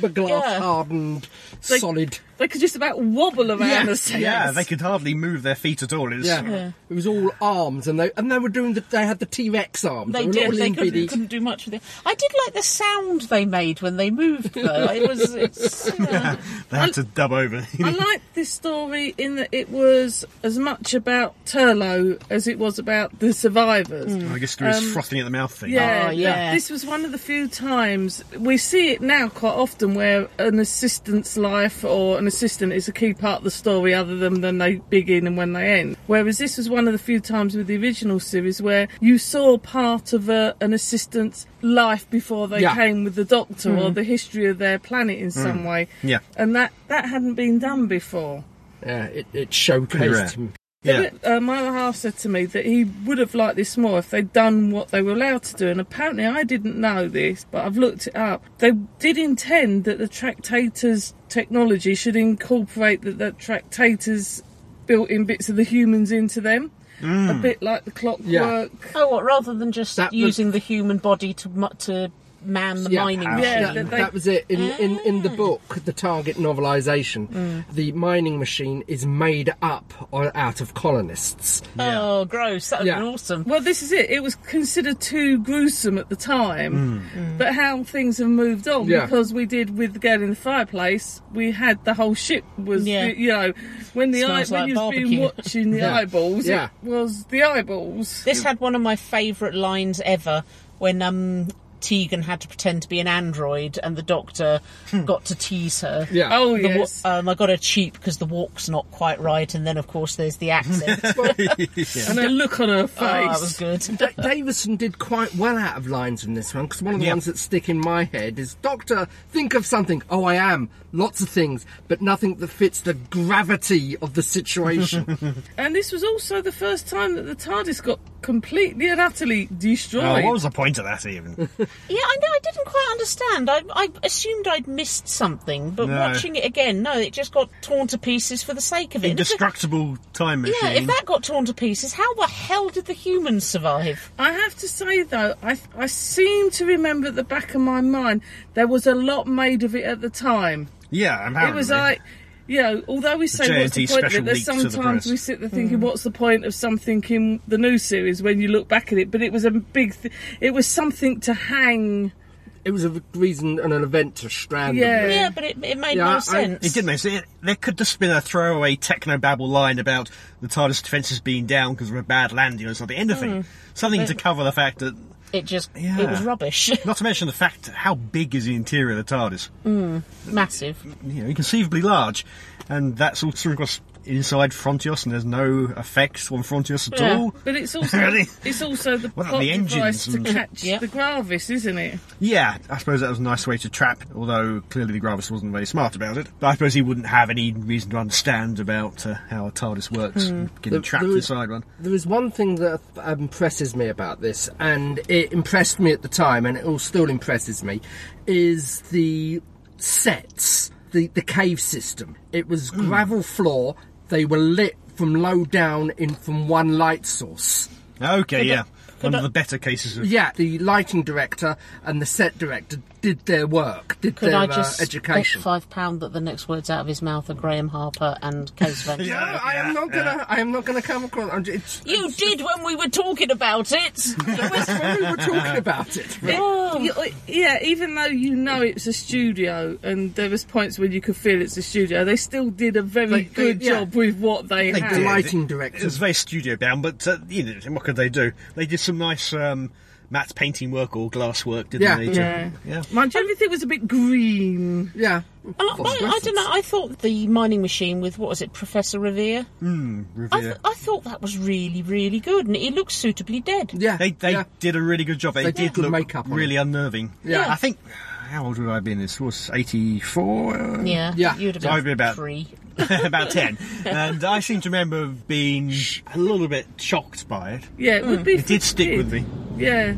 D: fiberglass
B: Yeah.
D: hardened,
B: Like-
D: solid.
B: They could just about wobble around
D: Yeah,
B: the set.
D: Yes.
C: they could hardly move their feet at all. It was-
D: Yeah. it was all arms, and they and they were doing the. They had the T Rex arms.
B: They
D: were
B: did.
D: all
B: They
D: in
B: couldn't,
D: biddies.
B: couldn't do much with it. I did like the sound they made when they moved, though. It was. It's, yeah.
C: They had to dub over.
B: I liked this story in that it was as much about Turlo as it was about the survivors.
C: I guess through his frothing at the mouth thing.
B: Yeah, Oh, yeah. yeah. This was one of the few times we see it now quite often where an assistant's life or an assistant is a key part of the story, other than when they begin and when they end. Whereas this was one of the few times with the original series where you saw part of a, an assistant's life before they
D: Yeah.
B: came with the doctor or the history of their planet in some way.
C: Yeah.
B: and that that hadn't been done before.
D: Yeah, it, it
C: rare.
D: showcased him.
C: Yeah.
B: Uh, my other half said to me that he would have liked this more if they'd done what they were allowed to do, and apparently I didn't know this, but I've looked it up. They did intend that the tractators' technology should incorporate that the tractators built in bits of the humans into them, a bit like the clockwork.
D: Yeah.
A: Oh, what? Rather than just
D: That was-
A: using the human body to mu- to man the
D: Yeah,
A: mining
D: power.
A: machine. Ah.
B: Yeah,
D: that,
B: they-
D: that was it. In, in, in the book, the Target novelisation,
A: Mm.
D: the mining machine is made up on, out of colonists.
A: Oh,
C: Oh,
A: gross! That would
D: Yeah.
A: be awesome.
B: Well, this is it. It was considered too gruesome at the time,
A: Mm.
B: but how things have moved on
D: Mm. Yeah.
B: because we did with the girl in the fireplace. We had the whole ship was
A: Yeah.
B: you, you know when the eye,
A: Smells
B: when
A: like
B: you've been
A: barbecue.
B: watching the
D: Yeah.
B: eyeballs,
D: Yeah.
B: it was the eyeballs.
A: This had one of my favourite lines ever when um, Tegan had to pretend to be an android, and the doctor got to tease her.
D: Hmm. Yeah.
B: Oh
A: The wa-
B: yes,
A: um, I got her cheap because the walk's not quite right, and then of course there's the accent. oh,
B: and the look on her face.
A: Ah, that was good.
D: Da- Davison did quite well out of lines in this one because one of the
C: Yeah.
D: ones that stick in my head is Doctor, think of something. Oh, I am. Lots of things, but nothing that fits the gravity of the situation.
B: And this was also the first time that the TARDIS got completely and utterly destroyed.
C: Oh, what was the point of that even?
A: Yeah, I know. I didn't quite understand. I, I assumed I'd missed something, but
C: No.
A: watching it again, no, it just got torn to pieces for the sake of it. And if it-
C: Indestructible time machine.
A: yeah, if that got torn to pieces, how the hell did the humans survive?
B: I have to say though, I I seem to remember at the back of my mind there was a lot made of it at the time.
C: yeah, apparently.
B: It was like, you know, although we say what's the
C: JNT
B: point of
C: special
B: it, there's
C: leak to the
B: sometimes
C: press.
B: we sit there thinking,
D: Hmm.
B: what's the point of something in the new series when you look back at it? But it was a big, th- it was something to hang.
D: it was a reason and an event to strand them.
B: Yeah.
A: Yeah, but it, it made
D: Yeah,
A: no
D: I-
A: sense.
C: It did make sense. It- There could just been a throwaway techno babble line about the TARDIS defences being down because of a bad landing or something. Anything. Something to cover the fact that.
A: It just it
C: Yeah.
A: was rubbish.
C: Not to mention the fact how big is the interior of the TARDIS.
A: Massive.
C: You know, inconceivably large. And that's all through across inside Frontios and there's no effects on Frontios at
A: Yeah.
C: all.
B: But it's also
C: Really?
B: it's also the
C: What about
B: plot
C: the engines
B: device to
C: and-
B: catch
A: Yeah.
B: the Gravis, isn't it?
C: Yeah, I suppose that was a nice way to trap, although clearly the Gravis wasn't very smart about it. But I suppose he wouldn't have any reason to understand about uh, how a TARDIS works, and getting
D: There-
C: trapped
D: there was-
C: inside one.
D: There is one thing that impresses me about this, and it impressed me at the time, and it all still impresses me, is the sets, the, the cave system. It was
C: Hmm.
D: gravel floor, they were lit from low down in from one light source.
C: Okay, yeah. One
A: I-
C: of the better cases of
D: Yeah, the lighting director and the set director did their work, did
A: Could
D: their
A: I just
D: uh, education.
A: bet five pound that the next words out of his mouth are Graham Harper and Case Venture?
D: No, I am not gonna. I am not gonna come across. I'm just-
A: You did when we were talking about it.
D: It was when we were talking about it. Oh.
B: You- Yeah, even though you know it's a studio and there was points when you could feel it's a studio, they still did a very
D: They- they-
B: good
D: yeah.
B: job with what they,
D: They
B: had.
D: did.
C: Yeah,
D: lighting
C: it-
D: director.
C: It was very studio bound, but uh, you know what could they do? They did some nice um, matte painting work or glass work, didn't
D: Yeah.
C: they? to-
B: Yeah.
C: yeah.
B: Mind you, everything was a bit green.
D: Yeah.
A: I, I, don't know. I thought the mining machine with what was it, Professor Revere? I, th-
C: Revere.
A: I thought that was really, really good, and he looked suitably dead.
D: Yeah.
C: They they
D: yeah.
C: did a really good job. They,
D: They did
C: did
D: good
C: look
D: makeup on
C: really unnerving.
D: Yeah.
C: I think how old would I have been? This was eighty four.
A: Yeah,
D: Yeah.
A: You'd have
C: So
A: been
C: I'd be about-
A: three.
C: about 10 and i seem to remember being a little bit shocked by it
B: Yeah, it
D: Hmm.
B: would be.
C: it did stick with me
B: Yeah.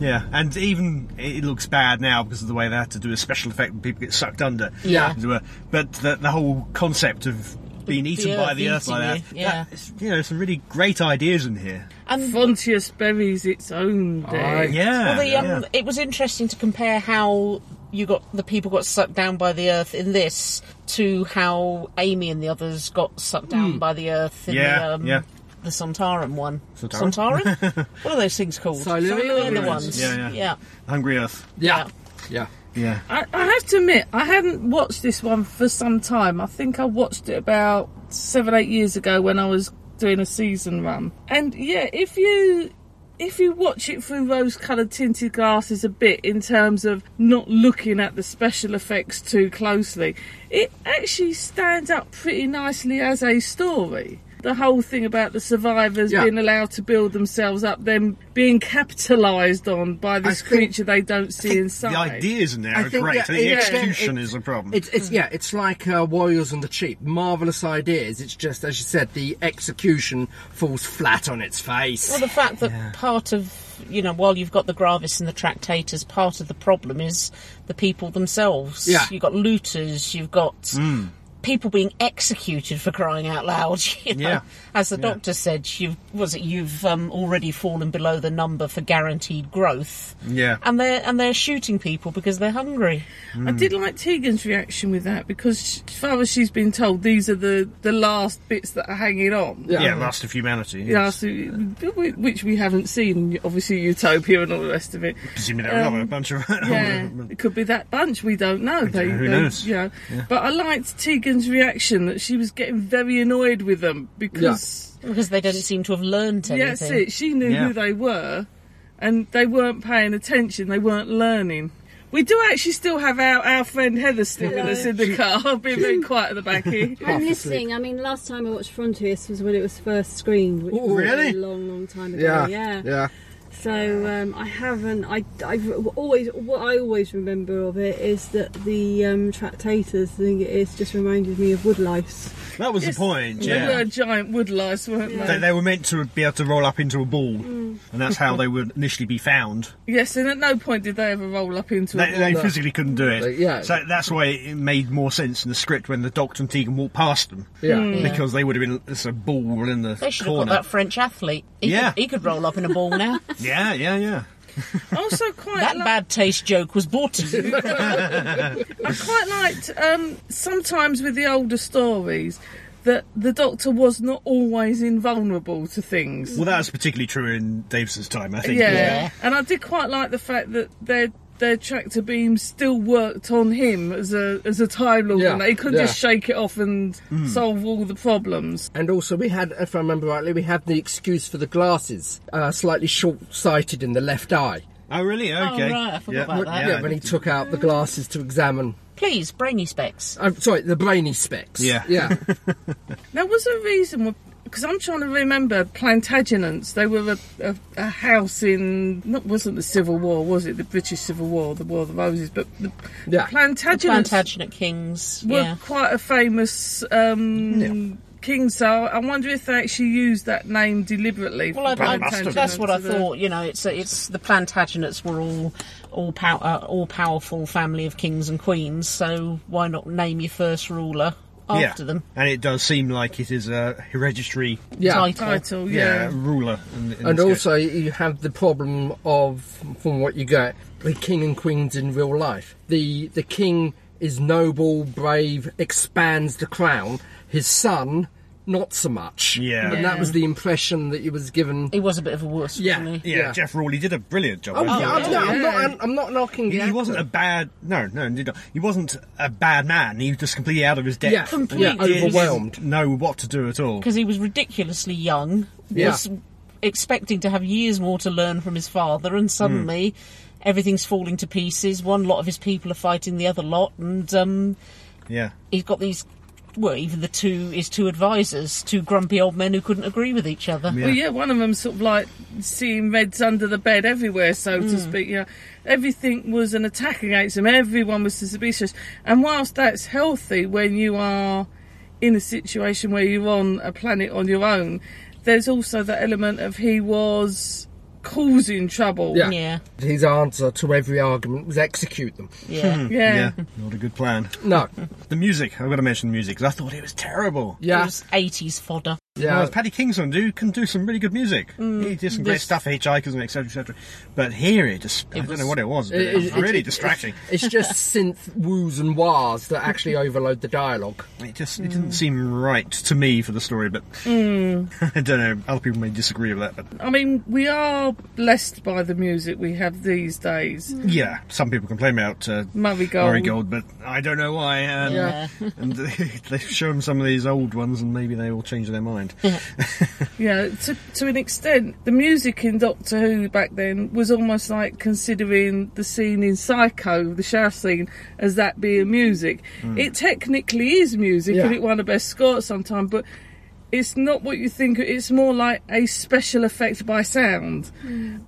C: yeah and even it looks bad now because of the way they had to do a special effect when people get sucked under
D: Yeah.
C: As it were. but the, the whole concept of being eaten
A: The
C: by
A: earth
C: the earth like that.
A: eating you, yeah.
C: That is- you know, some really great ideas in here.
B: Fontius buries its own dead.
C: Yeah.
A: Well, the, um,
C: yeah.
A: It was interesting to compare how you got the people got sucked down by the earth in this to how Amy and the others got sucked down by the earth in
C: Hmm. Yeah,
A: the, um,
C: yeah.
A: the Sontaran one.
C: Sontaran?
A: Sontaran? what are those things called?
D: Silurian.
A: the ones.
C: Yeah, yeah. Hungry Earth.
D: Yeah. Yeah.
C: Yeah.
B: I, I have to admit, I hadn't watched this one for some time. I think I watched it about seven, eight years ago when I was doing a season run. And yeah, if you if you watch it through rose-coloured tinted glasses a bit in terms of not looking at the special effects too closely, it actually stands up pretty nicely as a story. The whole thing about the survivors
D: Yeah.
B: being allowed to build themselves up, them being capitalised on by this
D: think-
B: creature they don't see inside.
C: The ideas in there
D: I
C: are
D: think,
C: great.
D: yeah,
C: I think the
B: yeah.
C: execution
D: It-
C: is a problem.
D: It's, it's yeah, it's like uh, Warriors on the Cheap. Marvelous ideas. It's just as you said, the execution falls flat on its face.
A: Well, the fact that part of you know, while you've got the Gravis and the Tractators, part of the problem is the people themselves.
D: Yeah.
A: You've got looters, you've got
C: Mm.
A: people being executed for crying out loud. You know?
C: Yeah.
A: As the doctor said, you've was it you've um, already fallen below the number for guaranteed growth.
C: Yeah.
A: And they're and they're shooting people because they're hungry.
B: I
C: Hmm.
B: did like Tegan's reaction with that because, as far as she's been told, these are the, the last bits that are hanging on.
C: yeah, Last of Humanity.
B: Yeah,
C: Yes.
B: so, which we haven't seen, obviously Utopia and all the rest of it.
C: Presumably there are another bunch of.
B: Yeah, it could be that bunch. We don't know. They,
C: know, who
B: they-
C: knows?
B: You know. But I liked Tegan's reaction that she was getting very annoyed with them because
A: Because they don't seem to have learned anything.
B: That's it. She knew
C: Yeah.
B: who they were, and they weren't paying attention. They weren't learning. We do actually still have our, our friend Heather still with us in the car. I've been very quiet at the back here.
D: Half
E: I'm
D: asleep.
E: listening. I mean, last time I watched Frontiers was when it was first screened, which was
D: Ooh.
C: Really?
E: a long, long time ago.
D: yeah.
E: yeah.
D: Yeah.
E: So um, I haven't. I I've always what I always remember of it is that the um, tractators. I think it is just reminded me of woodlice.
C: That was the point, yeah.
B: They were giant woodlice, weren't
C: They, they were meant to be able to roll up into a ball, and that's how they would initially be found.
B: they? Yes, and at no point did they ever roll up into
C: They,
B: a
C: they
B: wall.
C: physically couldn't do it.
D: Like, yeah.
C: So that's why it made more sense in the script when the Doctor and Tegan walked past them.
D: Yeah.
C: Because they would have been it's a ball in the
A: They should have
C: corner.
A: got that French athlete. He
C: Yeah.
A: Could, he could roll up in a ball now.
C: Yeah, yeah, yeah.
B: Also, quite
A: that
B: like-
A: bad taste joke was aborted.
B: I quite liked um, sometimes with the older stories that the Doctor was not always invulnerable to things.
C: Well, that was particularly true in Davison's time, I think.
B: Yeah.
A: Yeah.
B: And I did quite like the fact that their their tractor beams still worked on him as a as a time lord,
D: Yeah,
B: and they could
D: yeah. Hmm.
B: just shake it off and solve all the problems.
D: And also, we had, if I remember rightly, we had the excuse for the glasses, uh, slightly short-sighted in the left eye.
C: Oh, really? Okay.
A: right, I forgot
C: yeah.
A: about that.
D: yeah, when he took out the glasses to examine.
A: Please, brainy specs.
D: I'm sorry, the brainy specs.
C: Yeah.
D: yeah.
B: There was a reason because I'm trying to remember Plantagenets. They were a, a, a house in not wasn't the Civil War, was it? The British Civil War, the War of the Roses, but the,
D: Yeah.
B: Plantagenets
A: Plantagenet Kings.
B: were
A: Yeah.
B: quite a famous um, king. So I wonder if they actually used that name deliberately.
A: Well, I,
B: for
A: I,
B: Plantagenet
A: that's what I
B: to the-
A: thought. You know, it's it's the Plantagenets were all all pow- uh, all powerful family of kings and queens. So why not name your first ruler
C: Yeah.
A: after them?
C: And it does seem like it is a hereditary
D: Yeah.
A: Title.
B: Title,
C: yeah,
B: yeah.
C: ruler. In, in
D: And
C: this
D: also, you have the problem of, from what you get, the king and queens in real life. The the king is noble, brave, expands the crown. His son, not so much.
C: Yeah.
D: And that was the impression that he was given.
A: He was a bit of a wuss,
D: Yeah.
A: wasn't he?
C: Yeah,
D: Yeah.
C: Jeff Rawley did a brilliant job.
D: Oh,
C: I
D: yeah,
C: thought.
D: I'm, no, I'm not. I'm, I'm not knocking.
C: He,
D: the
C: he wasn't a
D: actor.
C: bad no no he did not. he wasn't a bad man he was just completely out of his depth
D: Yeah,
A: Completely.
D: yeah, overwhelmed.
C: didn't know what to do at all
A: Because he was ridiculously young.
D: Yeah.
A: Was expecting to have years more to learn from his father, and suddenly everything's falling to pieces. One lot of his people are fighting the other lot, and um,
C: yeah
A: he's got these. Well, even the two his two advisors, two grumpy old men who couldn't agree with each other.
B: Well, yeah, one of them sort of like seeing reds under the bed everywhere, so to speak. You know, everything was an attack against them. Everyone was suspicious. And whilst that's healthy when you are in a situation where you're on a planet on your own, there's also that element of he was causing trouble.
D: Yeah.
A: Yeah.
D: His answer to every argument was execute them.
A: Yeah.
B: Yeah.
C: not a good plan.
D: No.
C: The music, I've got to mention the music, 'cause I thought it was terrible.
A: It
D: Yeah.
A: was 80s fodder.
D: Yeah.
C: Whereas Paddy Kingsland do, can do some really good music.
D: Mm,
C: he did some great stuff, hitchhikers and etc. etc. But here it just, I don't know what it was, but it, was really distracting.
D: It's just synth woos and wahs that actually overload the dialogue.
C: It just it
A: Hmm.
C: didn't seem right to me for the story, but I don't know. Other people may disagree with that, but
B: I mean, we are blessed by the music we have these days.
C: yeah, some people complain about uh,
B: Murray Gold.
C: Mm. Murray Gold, but I don't know why. And,
A: Yeah.
C: and they show them some of these old ones, and maybe they will change their mind.
B: Yeah, to, to an extent, the music in Doctor Who back then was almost like considering the scene in Psycho, the shower scene, as that being music. It technically is music,
D: Hmm. Yeah.
B: and it won a best score at some time, but it's not what you think. It's more like a special effect by sound,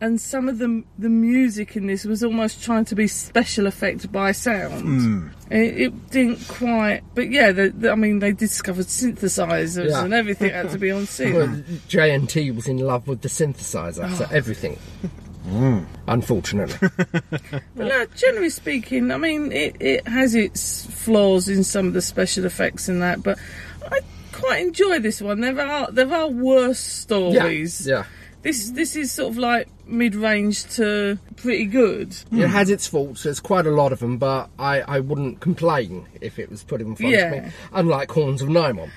B: and some of the the music in this was almost trying to be special effect by sound.
D: Hmm.
B: It, it didn't quite, but yeah, the, the, I mean, they discovered synthesizers
D: Yeah.
B: and everything had to be on synth.
D: Well, J&T was in love with the synthesizer, so everything.
C: Hmm.
D: Unfortunately.
B: Well, no, generally speaking, I mean, it, it has its flaws in some of the special effects and that, but I quite enjoy this one. There are there are worse stories.
D: yeah.
B: This this is sort of like mid range to pretty good.
C: Hmm.
D: It has its faults. There's quite a lot of them, but I, I wouldn't complain if it was put in front of
B: Yeah.
D: me. Unlike Horns of Nymon,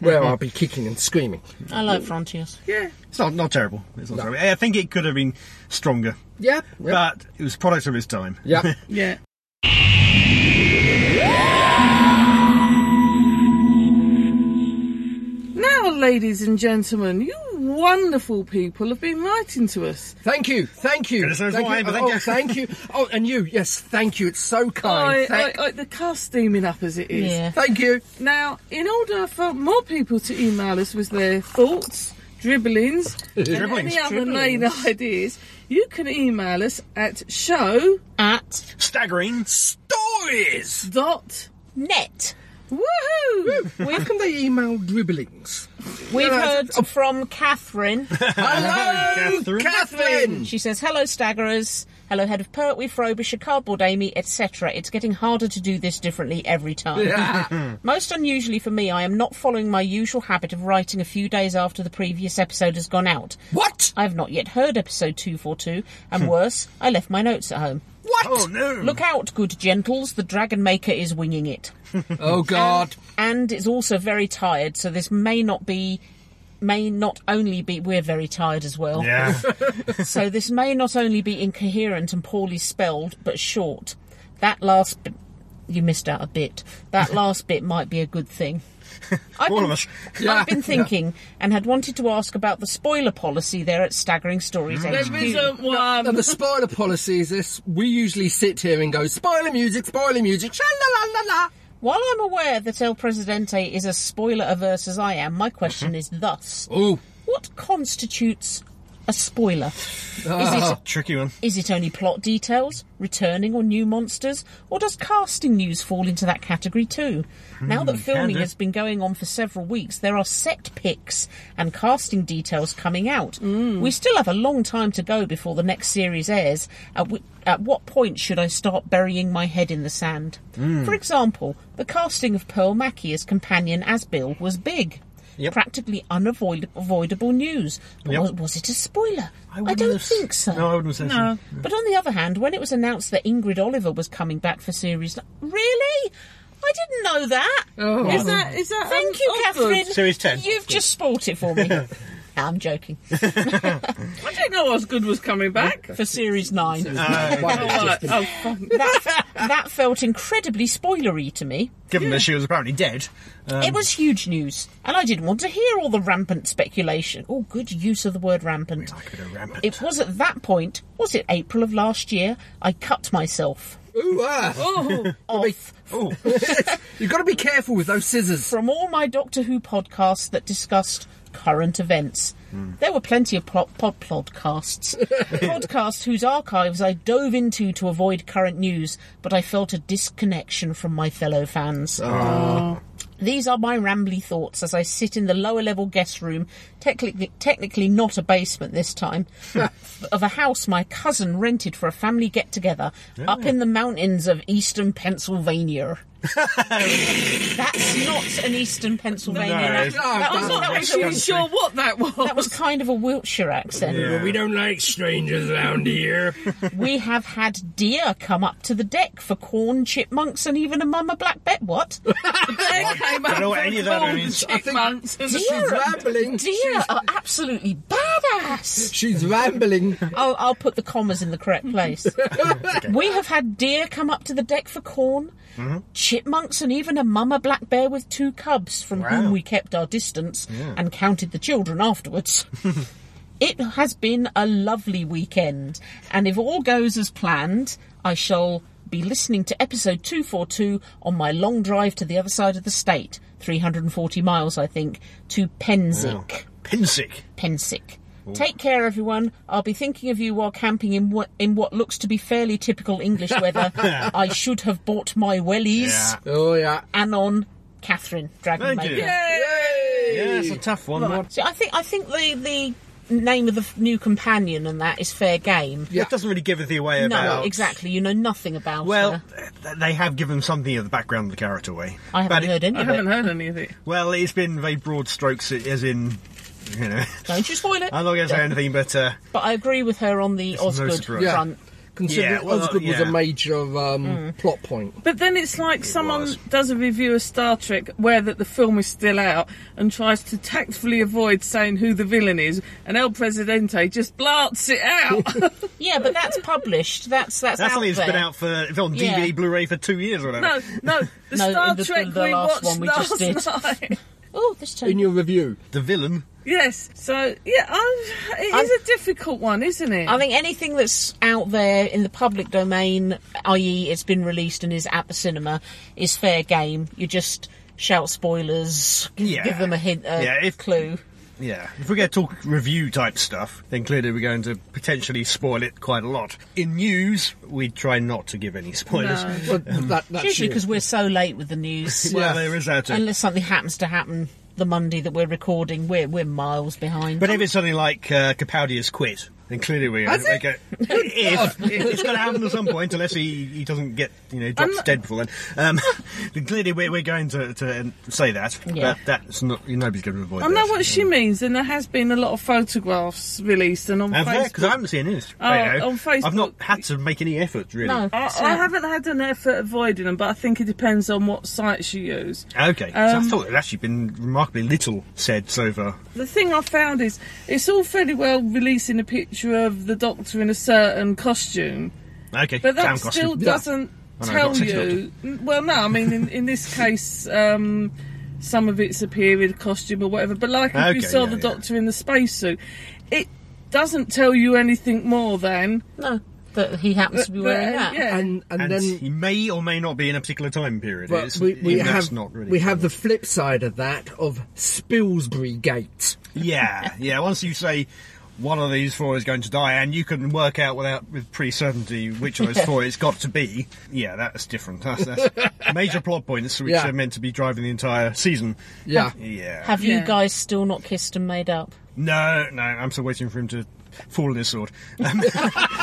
D: where I'll be kicking and screaming.
A: I like Frontiers.
B: Yeah.
C: It's not not terrible. It's not terrible. I think it could have been stronger,
D: Yeah, yeah,
C: but it was a product of its time.
D: yeah.
B: Yeah. Now, ladies and gentlemen, you wonderful people have been writing to us.
D: Thank you, thank you,
C: Goodness knows
D: thank
C: why,
D: you.
C: but
D: oh,
C: thank you.
D: thank you. Oh, and you, yes, thank you. It's so kind.
B: I,
D: thank,
B: I, I, the car's steaming up as it is.
A: Yeah.
D: thank you.
B: Now, in order for more people to email us with their thoughts, dribblings, and
C: Dribblings,
B: any other main ideas, you can email us at show
A: At
C: Staggering stories.
B: dot
A: Net.
B: woohoo.
D: How can they email dribblings?
A: We've heard from Catherine.
D: Hello,
C: Catherine.
D: Catherine.
A: She says, Hello, staggerers. Hello, head of Pertwee, Frobisher, Cardboard Amy, etc. It's getting harder to do this differently every time. Most unusually for me, I am not following my usual habit of writing a few days after the previous episode has gone out.
D: What?
A: I have not yet heard episode 242, and worse, I left my notes at home.
D: Hmm. What?
C: Oh no!
A: Look out, good gentles, the Dragon Maker is winging it.
D: Oh God.
A: And is also very tired, so this may not be. May not only be. We're very tired as well.
C: Yeah.
A: So this may not only be incoherent and poorly spelled, but short. That last bit, you missed out a bit. That last bit might be a good thing. I've
C: All
A: been,
C: of us.
D: Yeah.
A: I've been thinking and had wanted to ask about the spoiler policy there at Staggering Stories
D: Hmm.
A: HQ.
B: There isn't one.
D: And the spoiler policy is this: we usually sit here and go spoiler music, spoiler music, sha la la la la.
A: While I'm aware that El Presidente is as spoiler averse as I am, my question is thus:
D: Oh,
A: What constitutes a spoiler? Is it
C: Tricky one.
A: Is it only plot details, returning or new monsters, or does casting news fall into that category too? now that filming
C: Hmm, do.
A: has been going on for several weeks, there are set picks and casting details coming out.
C: Hmm.
A: We still have a long time to go before the next series airs. At, w- at what point should I start burying my head in the sand?
C: Hmm.
A: For example, the casting of Pearl Mackie as companion as Bill was big. Practically unavoidable avoidable news. But
C: Yep.
A: was, was it a spoiler? I,
C: wouldn't
A: don't
C: have s-
A: think so.
C: No, I wouldn't say so.
A: But on the other hand, when it was announced that Ingrid Oliver was coming back for series, really, I didn't know that.
B: Is that is that?
A: Oh. Thank you, Catherine.
C: Series 10.
A: You've just spoilt it for me. No, I'm joking.
B: I didn't know Osgood was coming back.
A: For series nine,
B: Right, oh, fuck.
A: that that felt incredibly spoilery to me.
C: Given that she was apparently dead,
A: it was huge news, and I didn't want to hear all the rampant speculation. Oh, good use of the word rampant.
C: I could have rampant.
A: It was at that point, was it April of last year? I cut myself
D: ooh, ah.
A: off
D: You've got to be careful with those scissors.
A: from all my Doctor Who podcasts that discussed current events. There were plenty of plot, pod podcasts, podcasts whose archives I dove into to avoid current news, but I felt a disconnection from my fellow fans. These are my rambly thoughts as I sit in the lower level guest room, technically, technically not a basement this time, of a house my cousin rented for a family get together up in the mountains of eastern Pennsylvania. That's not an eastern Pennsylvania.
D: No,
A: accent. that,
B: Oh,
A: was not, that, was,
D: Mexican.
H: Sure, what that was.
A: that was kind of a Wiltshire accent.
D: We don't like strangers around here.
A: We have had deer come up to the deck for corn, chipmunks, and even a mama black bet. What?
H: They came
C: I
H: up
C: don't know
H: from
C: any of that
H: golden
C: means.
D: I think-
H: chipmunks and
D: She's rambling.
A: Deer are absolutely badass.
D: She's rambling.
A: I'll, I'll put the commas in the correct place. We have had deer come up to the deck for corn, chipmunks, and even a mama black bear with two cubs, from whom we kept our distance and counted the children afterwards. it has been a lovely weekend, and if all goes as planned, I shall be listening to episode 242 on my long drive to the other side of the state, 340 miles, I think, to Penzic.
C: Pinsick.
A: Pensick. Take care, everyone. I'll be thinking of you while camping in what in what looks to be fairly typical English weather. I should have bought my wellies.
C: Yeah.
D: Oh yeah.
A: Anon, Catherine, Dragon
C: Thank you.
A: Maiden.
C: Yeah, it's a tough one. What-
A: See, I think I think the the name of the f- new companion and that is fair game.
C: It doesn't really give anything away
A: No,
C: about.
A: exactly. You know nothing about
C: Well,
A: her.
C: th- they have given something of the background of the character away.
A: I
C: But
A: haven't
C: it-
A: heard any
B: I
A: of
B: haven't
A: it.
B: heard any of it.
C: Well, it's been very broad strokes, as in, you know.
A: Don't you spoil it.
C: I'm not going to say anything, but uh,
A: But I agree with her on the
C: no
A: Osgood
C: surprise.
D: Yeah.
A: front.
D: Considering
C: Yeah, well,
D: Osgood was
C: yeah.
D: a major um, plot point.
B: But then it's like someone
C: was.
B: does a review of Star Trek, aware that the film is still out, and tries to tactfully avoid saying who the villain is, and El Presidente just blurts it out.
A: Yeah, but that's published. That's that's,
C: that's
A: out
C: something that's
A: there.
C: been out for it's on DVD,
A: Yeah.
C: Blu-ray for two years or whatever.
B: no, no, the
A: No,
B: Star
A: the-
B: Trek
A: the
B: we
A: last
B: watched
A: one we just
B: last
A: did.
B: night.
A: Oh, this
D: In
A: time.
D: your review,
C: The villain.
B: yes, so yeah, i it
A: I'm-
B: is a difficult one, isn't it?
A: I think anything that's out there in the public domain, i.e., it's been released and is at the cinema, is fair game. You just shout spoilers, g-
C: Yeah.
A: give them a hint, a
C: Yeah, if-
A: clue.
C: Yeah. If we're going to talk review type stuff, then clearly we're going to potentially spoil it quite a lot. In news, we try not to give any spoilers.
D: well, that, that's
A: Usually
D: you.
A: because we're so late with the news.
C: Well,
D: Yeah.
C: there is that. Too.
A: Unless something happens to happen the Monday that we're recording, we're we're miles behind.
C: But if it's something like uh, Capaldi has quit, then clearly we're going to make it.
B: Oh,
C: If it's going to happen at some point, unless he, he doesn't get you know drops dead before then, um, then clearly we're, we're going to, to say that.
A: Yeah.
C: But that's not nobody's going to avoid.
B: I know
C: that.
B: what she means, and there has been a lot of photographs released and on Facebook.
C: Because I haven't seen this.
B: Oh,
C: you know.
B: on Facebook.
C: I've not had to make any effort really.
A: no,
B: I,
A: so-
B: I haven't had an effort avoiding them, but I think it depends on what sites you use.
C: Okay, so I
B: Um,
C: thought there'd actually been remarkably little said so far.
B: The thing I found is it's all fairly well releasing a picture of the Doctor in a certain costume,
C: Okay,
B: but
C: damn
B: that
C: costume.
B: still doesn't
C: I know,
B: tell
C: Doctor,
B: you. N- Well, no, I mean in, in this case, um, some of it's a period costume or whatever. But like if
C: Okay,
B: you saw
C: yeah,
B: the
C: yeah.
B: Doctor in the spacesuit, it doesn't tell you anything more than
A: no, that he happens to be
C: uh,
A: wearing
B: that-
A: that.
B: yeah.
D: and and,
C: And
D: then
C: he may or may not be in a particular time period.
D: but
C: It's-
D: we, we
C: that's
D: have
C: not really
D: we have the flip side of that of Spilsbury Gate.
C: Yeah, yeah. Once you say one of these four is going to die, and you can work out without with pretty certainty which of those four it's got to be. Yeah, that's different. That's, that's major plot points which
D: Yeah.
C: are meant to be driving the entire season.
D: Yeah.
C: Yeah.
A: Have you
B: Yeah.
A: guys still not kissed and made up?
C: no, no. I'm still waiting for him to fall on his sword. Um,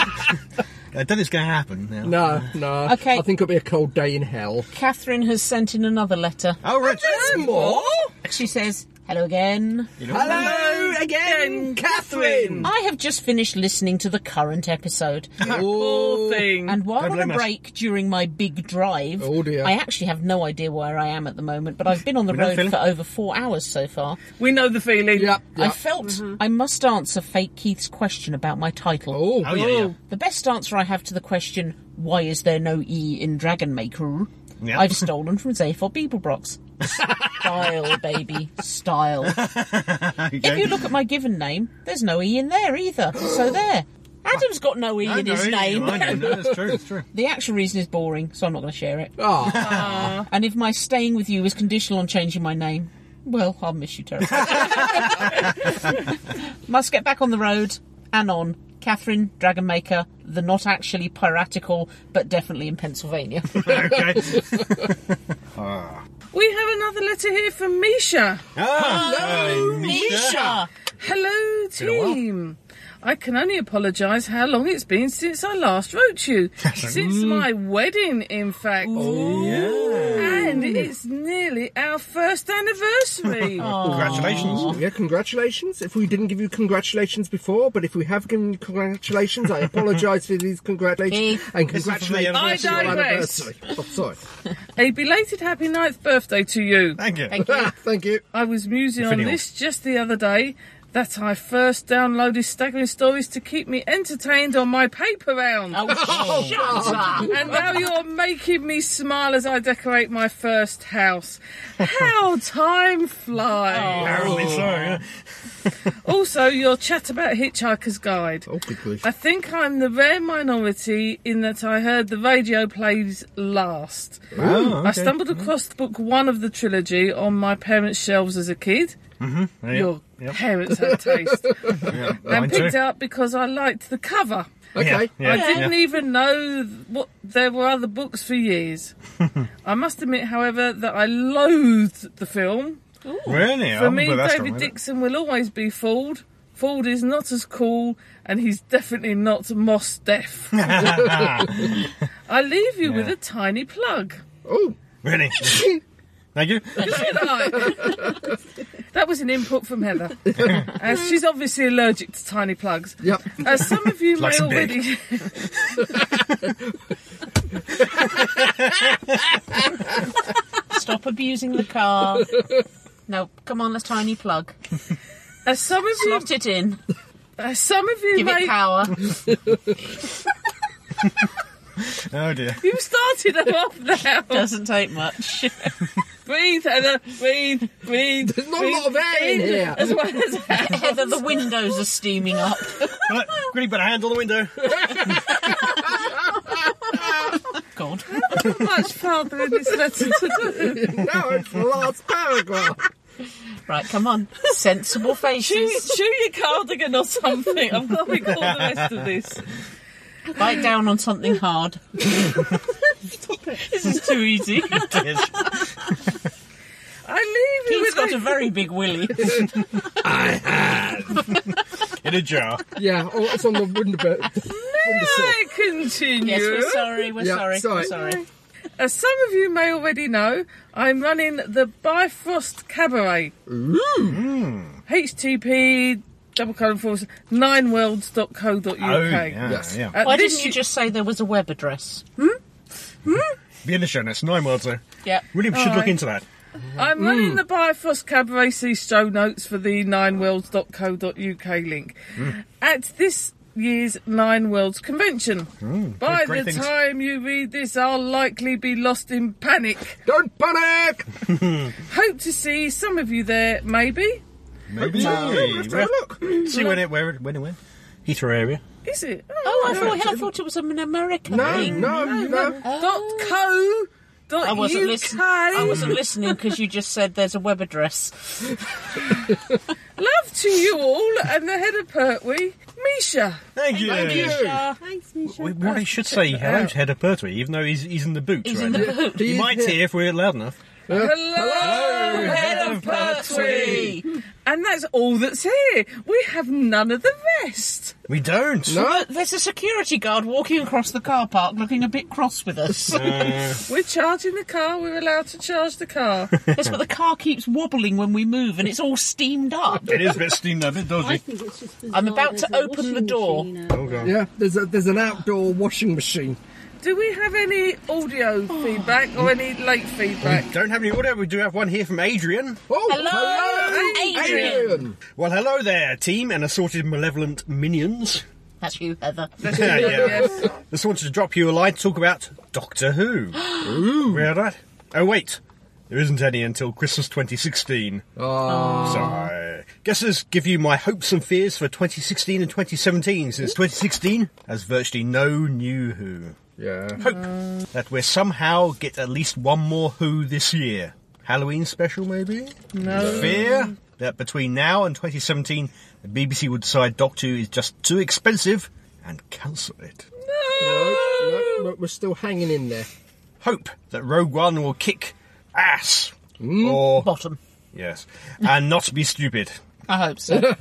C: I don't think it's going to happen now.
D: No, no.
A: Okay.
D: I think it'll be a cold day in hell.
A: Catherine has sent in another letter.
C: Oh, right.
D: More? Oh,
A: She says, "Hello again."
D: Hello again, Catherine.
A: I have just finished listening to the current episode.
B: poor thing.
A: And while
C: Don't
A: on a
C: blame us.
A: break during my big drive,
D: Oh, dear.
A: I actually have no idea where I am at the moment, but I've been on the
C: We know the
A: road
C: feeling.
A: for over four hours so far.
B: we know the feeling.
D: Yep.
A: I
D: yep.
A: felt I must answer Fake Keith's question about my title.
D: Oh,
C: Oh, yeah, yeah.
A: The best answer I have to the question, why is there no E in Dragon Maker?
C: Yeah.
A: I've stolen from Zaphod Beeblebrox. Style, baby, style. If you look at my given name, there's no E in there either. So there. Adam's got no E
C: I
A: in his
C: know,
A: name.
C: I know, no, that's true, that's true.
A: The actual reason is boring, so I'm not going to share it.
D: Ah,
A: And if my staying with you is conditional on changing my name, well, I'll miss you terribly. Must get back on the road and on. Catherine Dragonmaker, the not actually piratical, but definitely in Pennsylvania.
C: okay.
B: We have another letter here from Misha.
C: Hello,
A: Misha!
B: Hello,
C: been a while.
B: team. I can only apologise how long it's been since I last wrote you. since
C: Mm.
B: my wedding, in fact.
C: Oh.
B: And it's nearly our first anniversary.
C: Oh. Congratulations.
D: Yeah, congratulations. If we didn't give you congratulations before, but if we have given you congratulations, I apologise for these congratulations and
C: This is for Oh, the
D: congratulations
C: anniversary.
D: on your
B: I digress.
D: anniversary. Oh, sorry.
B: A belated happy ninth birthday to you.
C: Thank you.
A: Thank you.
D: Ah, Thank you.
B: I was musing on
C: Finial.
B: this just the other day that I first downloaded staggering stories to keep me entertained on my paper round.
A: Oh, shut up!
B: And now you're making me smile as I decorate my first house. How time flies.
C: Apparently so. yeah.
B: Also, your chat about Hitchhiker's Guide.
D: Oh, good grief.
B: I think I'm the rare minority in that I heard the radio plays last.
C: Oh, okay.
B: I stumbled across book one of the trilogy on my parents' shelves as a kid.
C: Yeah.
B: Your
C: Yep.
B: parents had taste.
C: Yeah. Mine
B: and
C: too.
B: picked it up because I liked the cover.
D: Okay.
C: Yeah.
B: I
C: Yeah.
B: didn't even know th- what there were other books for years. I must admit, however, that I loathed the film.
C: Really?
B: For
C: Oh,
B: me,
C: but that's
B: David
C: wrong, isn't it?
B: Dixon will always be Ford. Ford is not as cool, and he's definitely not Moss Def. I leave you with a tiny plug.
D: Oh,
C: Really? Thank you.
B: That was an input from Heather. Uh, she's obviously allergic to tiny plugs.
D: yep.
B: Uh, some of you
C: Like
B: may
C: some dick.
B: already.
A: Stop abusing the car. No, come on, let's tiny plug.
B: As some of you,
A: Slot it in.
B: as some of you
A: Give
B: may
A: it power.
C: Oh dear.
B: You started them off now.
A: Doesn't take much.
B: breathe, Heather. Breathe, breathe.
D: There's not a lot of air in
B: breathe,
D: here.
B: As well as out.
A: Heather, the windows are steaming up.
C: Right, Really put a hand on the window.
A: God.
B: much farther in this letter to do.
D: Now it's the last paragraph.
A: Right, come on. Sensible
B: Chew,
A: faces.
B: chew your cardigan or something. I'm going to record the rest of this.
A: Bite down on something hard. This is too easy.
C: Yes.
B: I leave you
A: He's
B: with
A: got a very big willy.
C: In a jar.
D: Yeah, oh, it's on the window bit. Windowsill.
B: I continue.
A: Yes, we're sorry, we're
D: Yeah,
A: sorry, we're
D: sorry.
A: sorry.
B: As some of you may already know, I'm running the Bifrost Cabaret. Hmm. HTP double colon forward slash nineworlds.co.uk.
C: Oh, yeah,
D: Yes.
C: yeah.
B: Uh,
A: Why
B: this
A: didn't
B: year-
A: you just say there was a web address?
C: Be in the show notes. Nine words though.
A: Yeah.
C: Really should look
B: Alright.
C: into that.
B: I'm
C: Hmm.
B: running the Bifrost Cabaret C show notes for the nineworlds.co.uk link
C: Hmm.
B: at this year's Nine Worlds convention. By
C: Hmm, great
B: the
C: things.
B: time you read this, I'll likely be lost in panic.
D: Don't panic!
B: Hope to see some of you there, maybe.
C: Maybe.
D: Let's have a look.
C: See when it where it when it went. Heathrow area.
B: Is it?
A: Oh, I thought, I thought it was an American
D: No,
A: thing.
D: no, no.
B: dot co. Dot
A: Oh. I wasn't
B: UK.
A: listening. I wasn't listening because you just said there's a web address.
B: Love to you all and the head of Pertwee, Misha.
C: Thank you.
A: Uh,
E: Thanks, Misha.
C: We really should say hello to Head of Pertwee, even though he's, he's in the boot
A: He's
C: right
A: in the
C: now.
A: boot.
C: You might hear if we're loud enough.
B: Hello, head of And that's all that's here. We have none of the rest.
C: We don't.
A: But There's a security guard walking across the car park looking a bit cross with us.
B: We're charging the car. We're allowed to charge the car.
A: That's but the car keeps wobbling when we move and it's all steamed up.
C: It is a bit steamed up, a bit
E: I
C: dodgy.
E: think it's just
A: I'm about to
E: bizarre. There's a
A: open the
E: washing
A: door.
E: machine out.
C: Oh god.
D: Yeah, there's, a, there's an outdoor washing machine.
B: Do we have any audio feedback or any late feedback?
C: Don't have any audio, we do have one here from Adrian.
D: Oh,
A: Hello, Adrian.
D: Adrian.
C: Well, hello there, team and assorted malevolent minions.
A: That's you, Heather.
C: Yeah, yeah.
B: Yes.
C: Just wanted to drop you a line to talk about Doctor Who. Ooh. Read that? Oh, wait. There isn't any until Christmas 2016. Oh. So, uh, guesses give you my hopes and fears for 2016 and 2017, since 2016 has virtually no new Who.
D: Yeah.
C: Hope that we somehow get at least one more Who this year. Halloween special, maybe?
B: No.
C: Fear? that between now and 2017, the BBC would decide Doctor Who is just too expensive and cancel it.
D: No, no, we're- we're still hanging in there.
C: Hope that Rogue One will kick ass. Or,
A: Bottom.
C: yes, and not be stupid.
A: I hope so.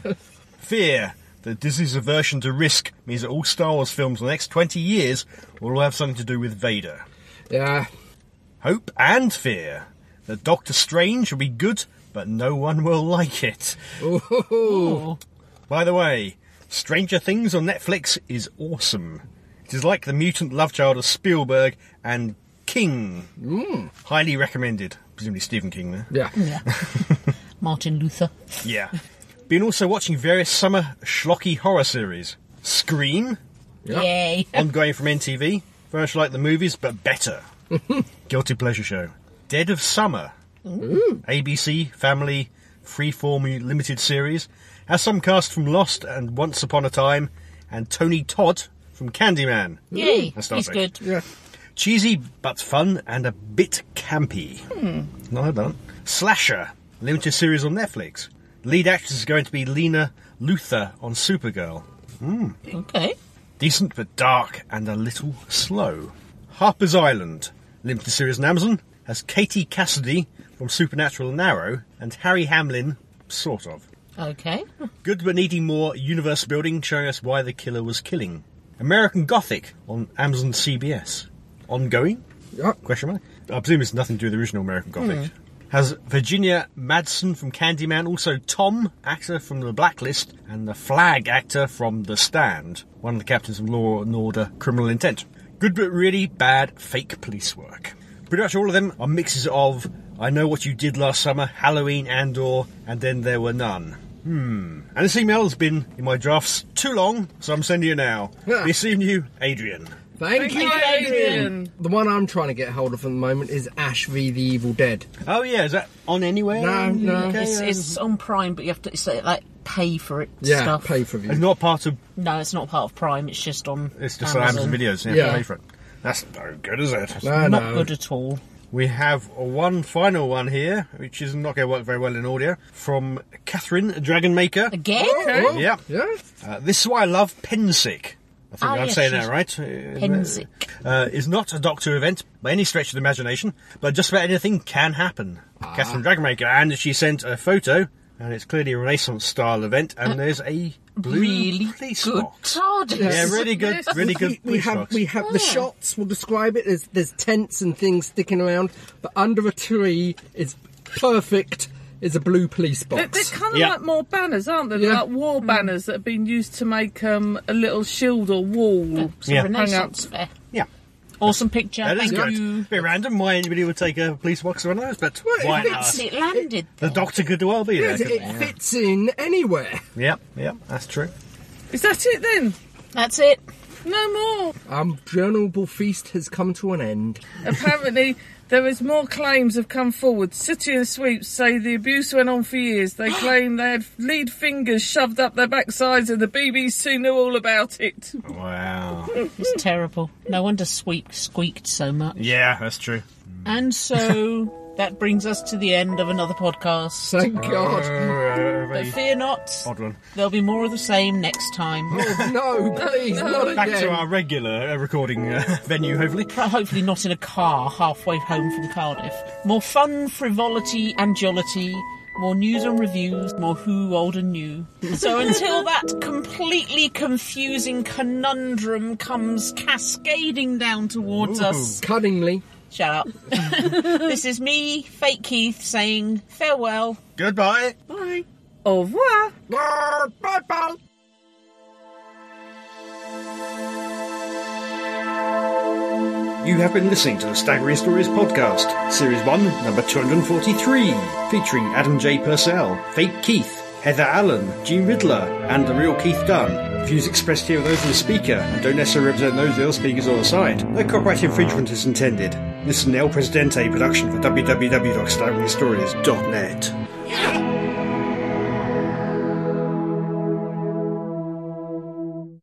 C: Fear that Disney's aversion to risk means that all Star Wars films in the next 20 years will all have something to do with Vader.
D: Yeah,
C: Hope and fear that Doctor Strange will be good, but no one will like it. By the way, Stranger Things on Netflix is awesome. It is like the mutant love child of Spielberg and King. Highly recommended. Presumably Stephen King there.
D: yeah.
A: Martin Luther.
C: Yeah. Been also watching various summer schlocky horror series. Scream,
A: Yay.
C: ongoing from NTV, very much like the movies, but better. Guilty Pleasure Show. Dead of Summer. ABC Family Freeform Limited Series has some cast from Lost and Once Upon a Time, and Tony Todd from Candyman.
A: Yay.
C: That's
A: He's
C: lovely.
A: good.
C: Cheesy but fun and a bit campy. Not had that one. Slasher, limited series on Netflix. Lead actress is going to be Lena Luthor on Supergirl.
A: Okay.
C: Decent but dark and a little slow. Harper's Island, limited series on Amazon, has Katie Cassidy from Supernatural and Arrow and Harry Hamlin, sort of.
A: Okay.
C: Good but needing more universe building, showing us why the killer was killing. American Gothic on Amazon CBS. Ongoing?
D: Yep.
C: Question mark. I presume it's nothing to do with the original American Gothic. Has Virginia Madsen from Candyman, also Tom, actor from The Blacklist, and the Flag actor from The Stand, one of the captains of Law and Order Criminal Intent. Good but really bad fake police work. Pretty much all of them are mixes of I Know What You Did Last Summer, Halloween, Andor, and Then There Were None. Hmm. And this email has been in my drafts too long, so I'm sending you now.
D: Yeah.
C: Be seeing you, Adrian.
D: Thank, you, Adrian. The one I'm trying to get hold of at the moment is Ash v the Evil Dead.
C: Oh yeah, is that on anywhere?
D: No,
C: in the
D: no.
C: UK?
A: It's, it's on Prime, but you have to it's uh, like pay for it.
D: Yeah,
A: stuff.
D: pay per
C: It's
D: view.
C: not part of.
A: No, it's not part of Prime. It's just on.
C: It's just on Amazon videos. Yeah,
D: Yeah.
C: pay for it. That's no good, is it?
D: No,
A: Not
D: no.
A: good at all.
C: We have one final one here, which is not going to work very well in audio, from Catherine Dragonmaker.
A: Again?
D: Oh,
C: Yeah.
D: yeah.
C: Uh, this is why I love Pensick. I think
A: Ah,
C: I'm
A: yes,
C: saying
A: she's-
C: that right.
A: Pensick.
C: Uh, is not a doctor event by any stretch of the imagination, but just about anything can happen. Catherine Dragonmaker, and she sent a photo, and it's clearly a Renaissance style event, and there's a blue
A: Really
C: police
A: good
C: box.
A: TARDIS.
C: Yeah, really good, really good
D: We
C: police
D: have
C: box.
D: we have the shots. We'll describe it. There's there's tents and things sticking around, but under a tree is perfect. Is a blue police
B: They're, they're
D: box.
B: kind of
C: Yeah. Mm.
B: like more banners, aren't they? They're
D: Yeah.
B: Like war banners that have been used to make um, a little shield or wall.
A: It's a
C: Yeah.
A: Renaissance fair.
C: Yeah.
A: Awesome picture.
C: That is
A: Thank
C: good.
A: you.
C: bit random why anybody would take a police box or one of those, but
D: Well,
C: why
A: That's
C: not?
A: it landed.
C: The doctor could well be there.
D: It,
C: couldn't
D: it fits in anywhere.
C: he? Yeah, yeah, that's true.
B: Is that it then?
A: That's it.
C: Hmm.
B: No more.
D: Our journalable feast has come to an end.
B: Apparently, there is more claims have come forward. City and Sweeps say the abuse went on for years. They claim they had lead fingers shoved up their backsides and the BBC knew all about it.
C: Wow.
A: It's terrible. No wonder Squeak squeaked so much.
C: Yeah, that's true.
A: And so that brings us to the end of another podcast.
C: Uh,
D: Thank Oh, God.
A: But fear not,
C: Odd one.
A: there'll be more of the same next time.
D: No, please, not again.
C: Back to our regular uh, recording uh, venue, hopefully.
A: But hopefully not in a car halfway home from Cardiff. More fun, frivolity, and jollity. More news and reviews, more who, old and new. So until that completely confusing conundrum comes cascading down towards us,
D: Cunningly.
A: shut up. this is me, Fake Keith, saying farewell.
C: Goodbye.
B: Au revoir.
D: Bye, pal.
I: You have been listening to the Staggering Stories podcast, Series 1, number 243, featuring Adam J. Purcell, Fake Keith, Heather Allen, Gene Riddler, and the real Keith Dunn. Views expressed here are those of the speaker and don't necessarily represent those of the other speakers or the site. No copyright infringement is intended. This is an El Presidente production for www.staggeringstories.net.
C: Stories.net.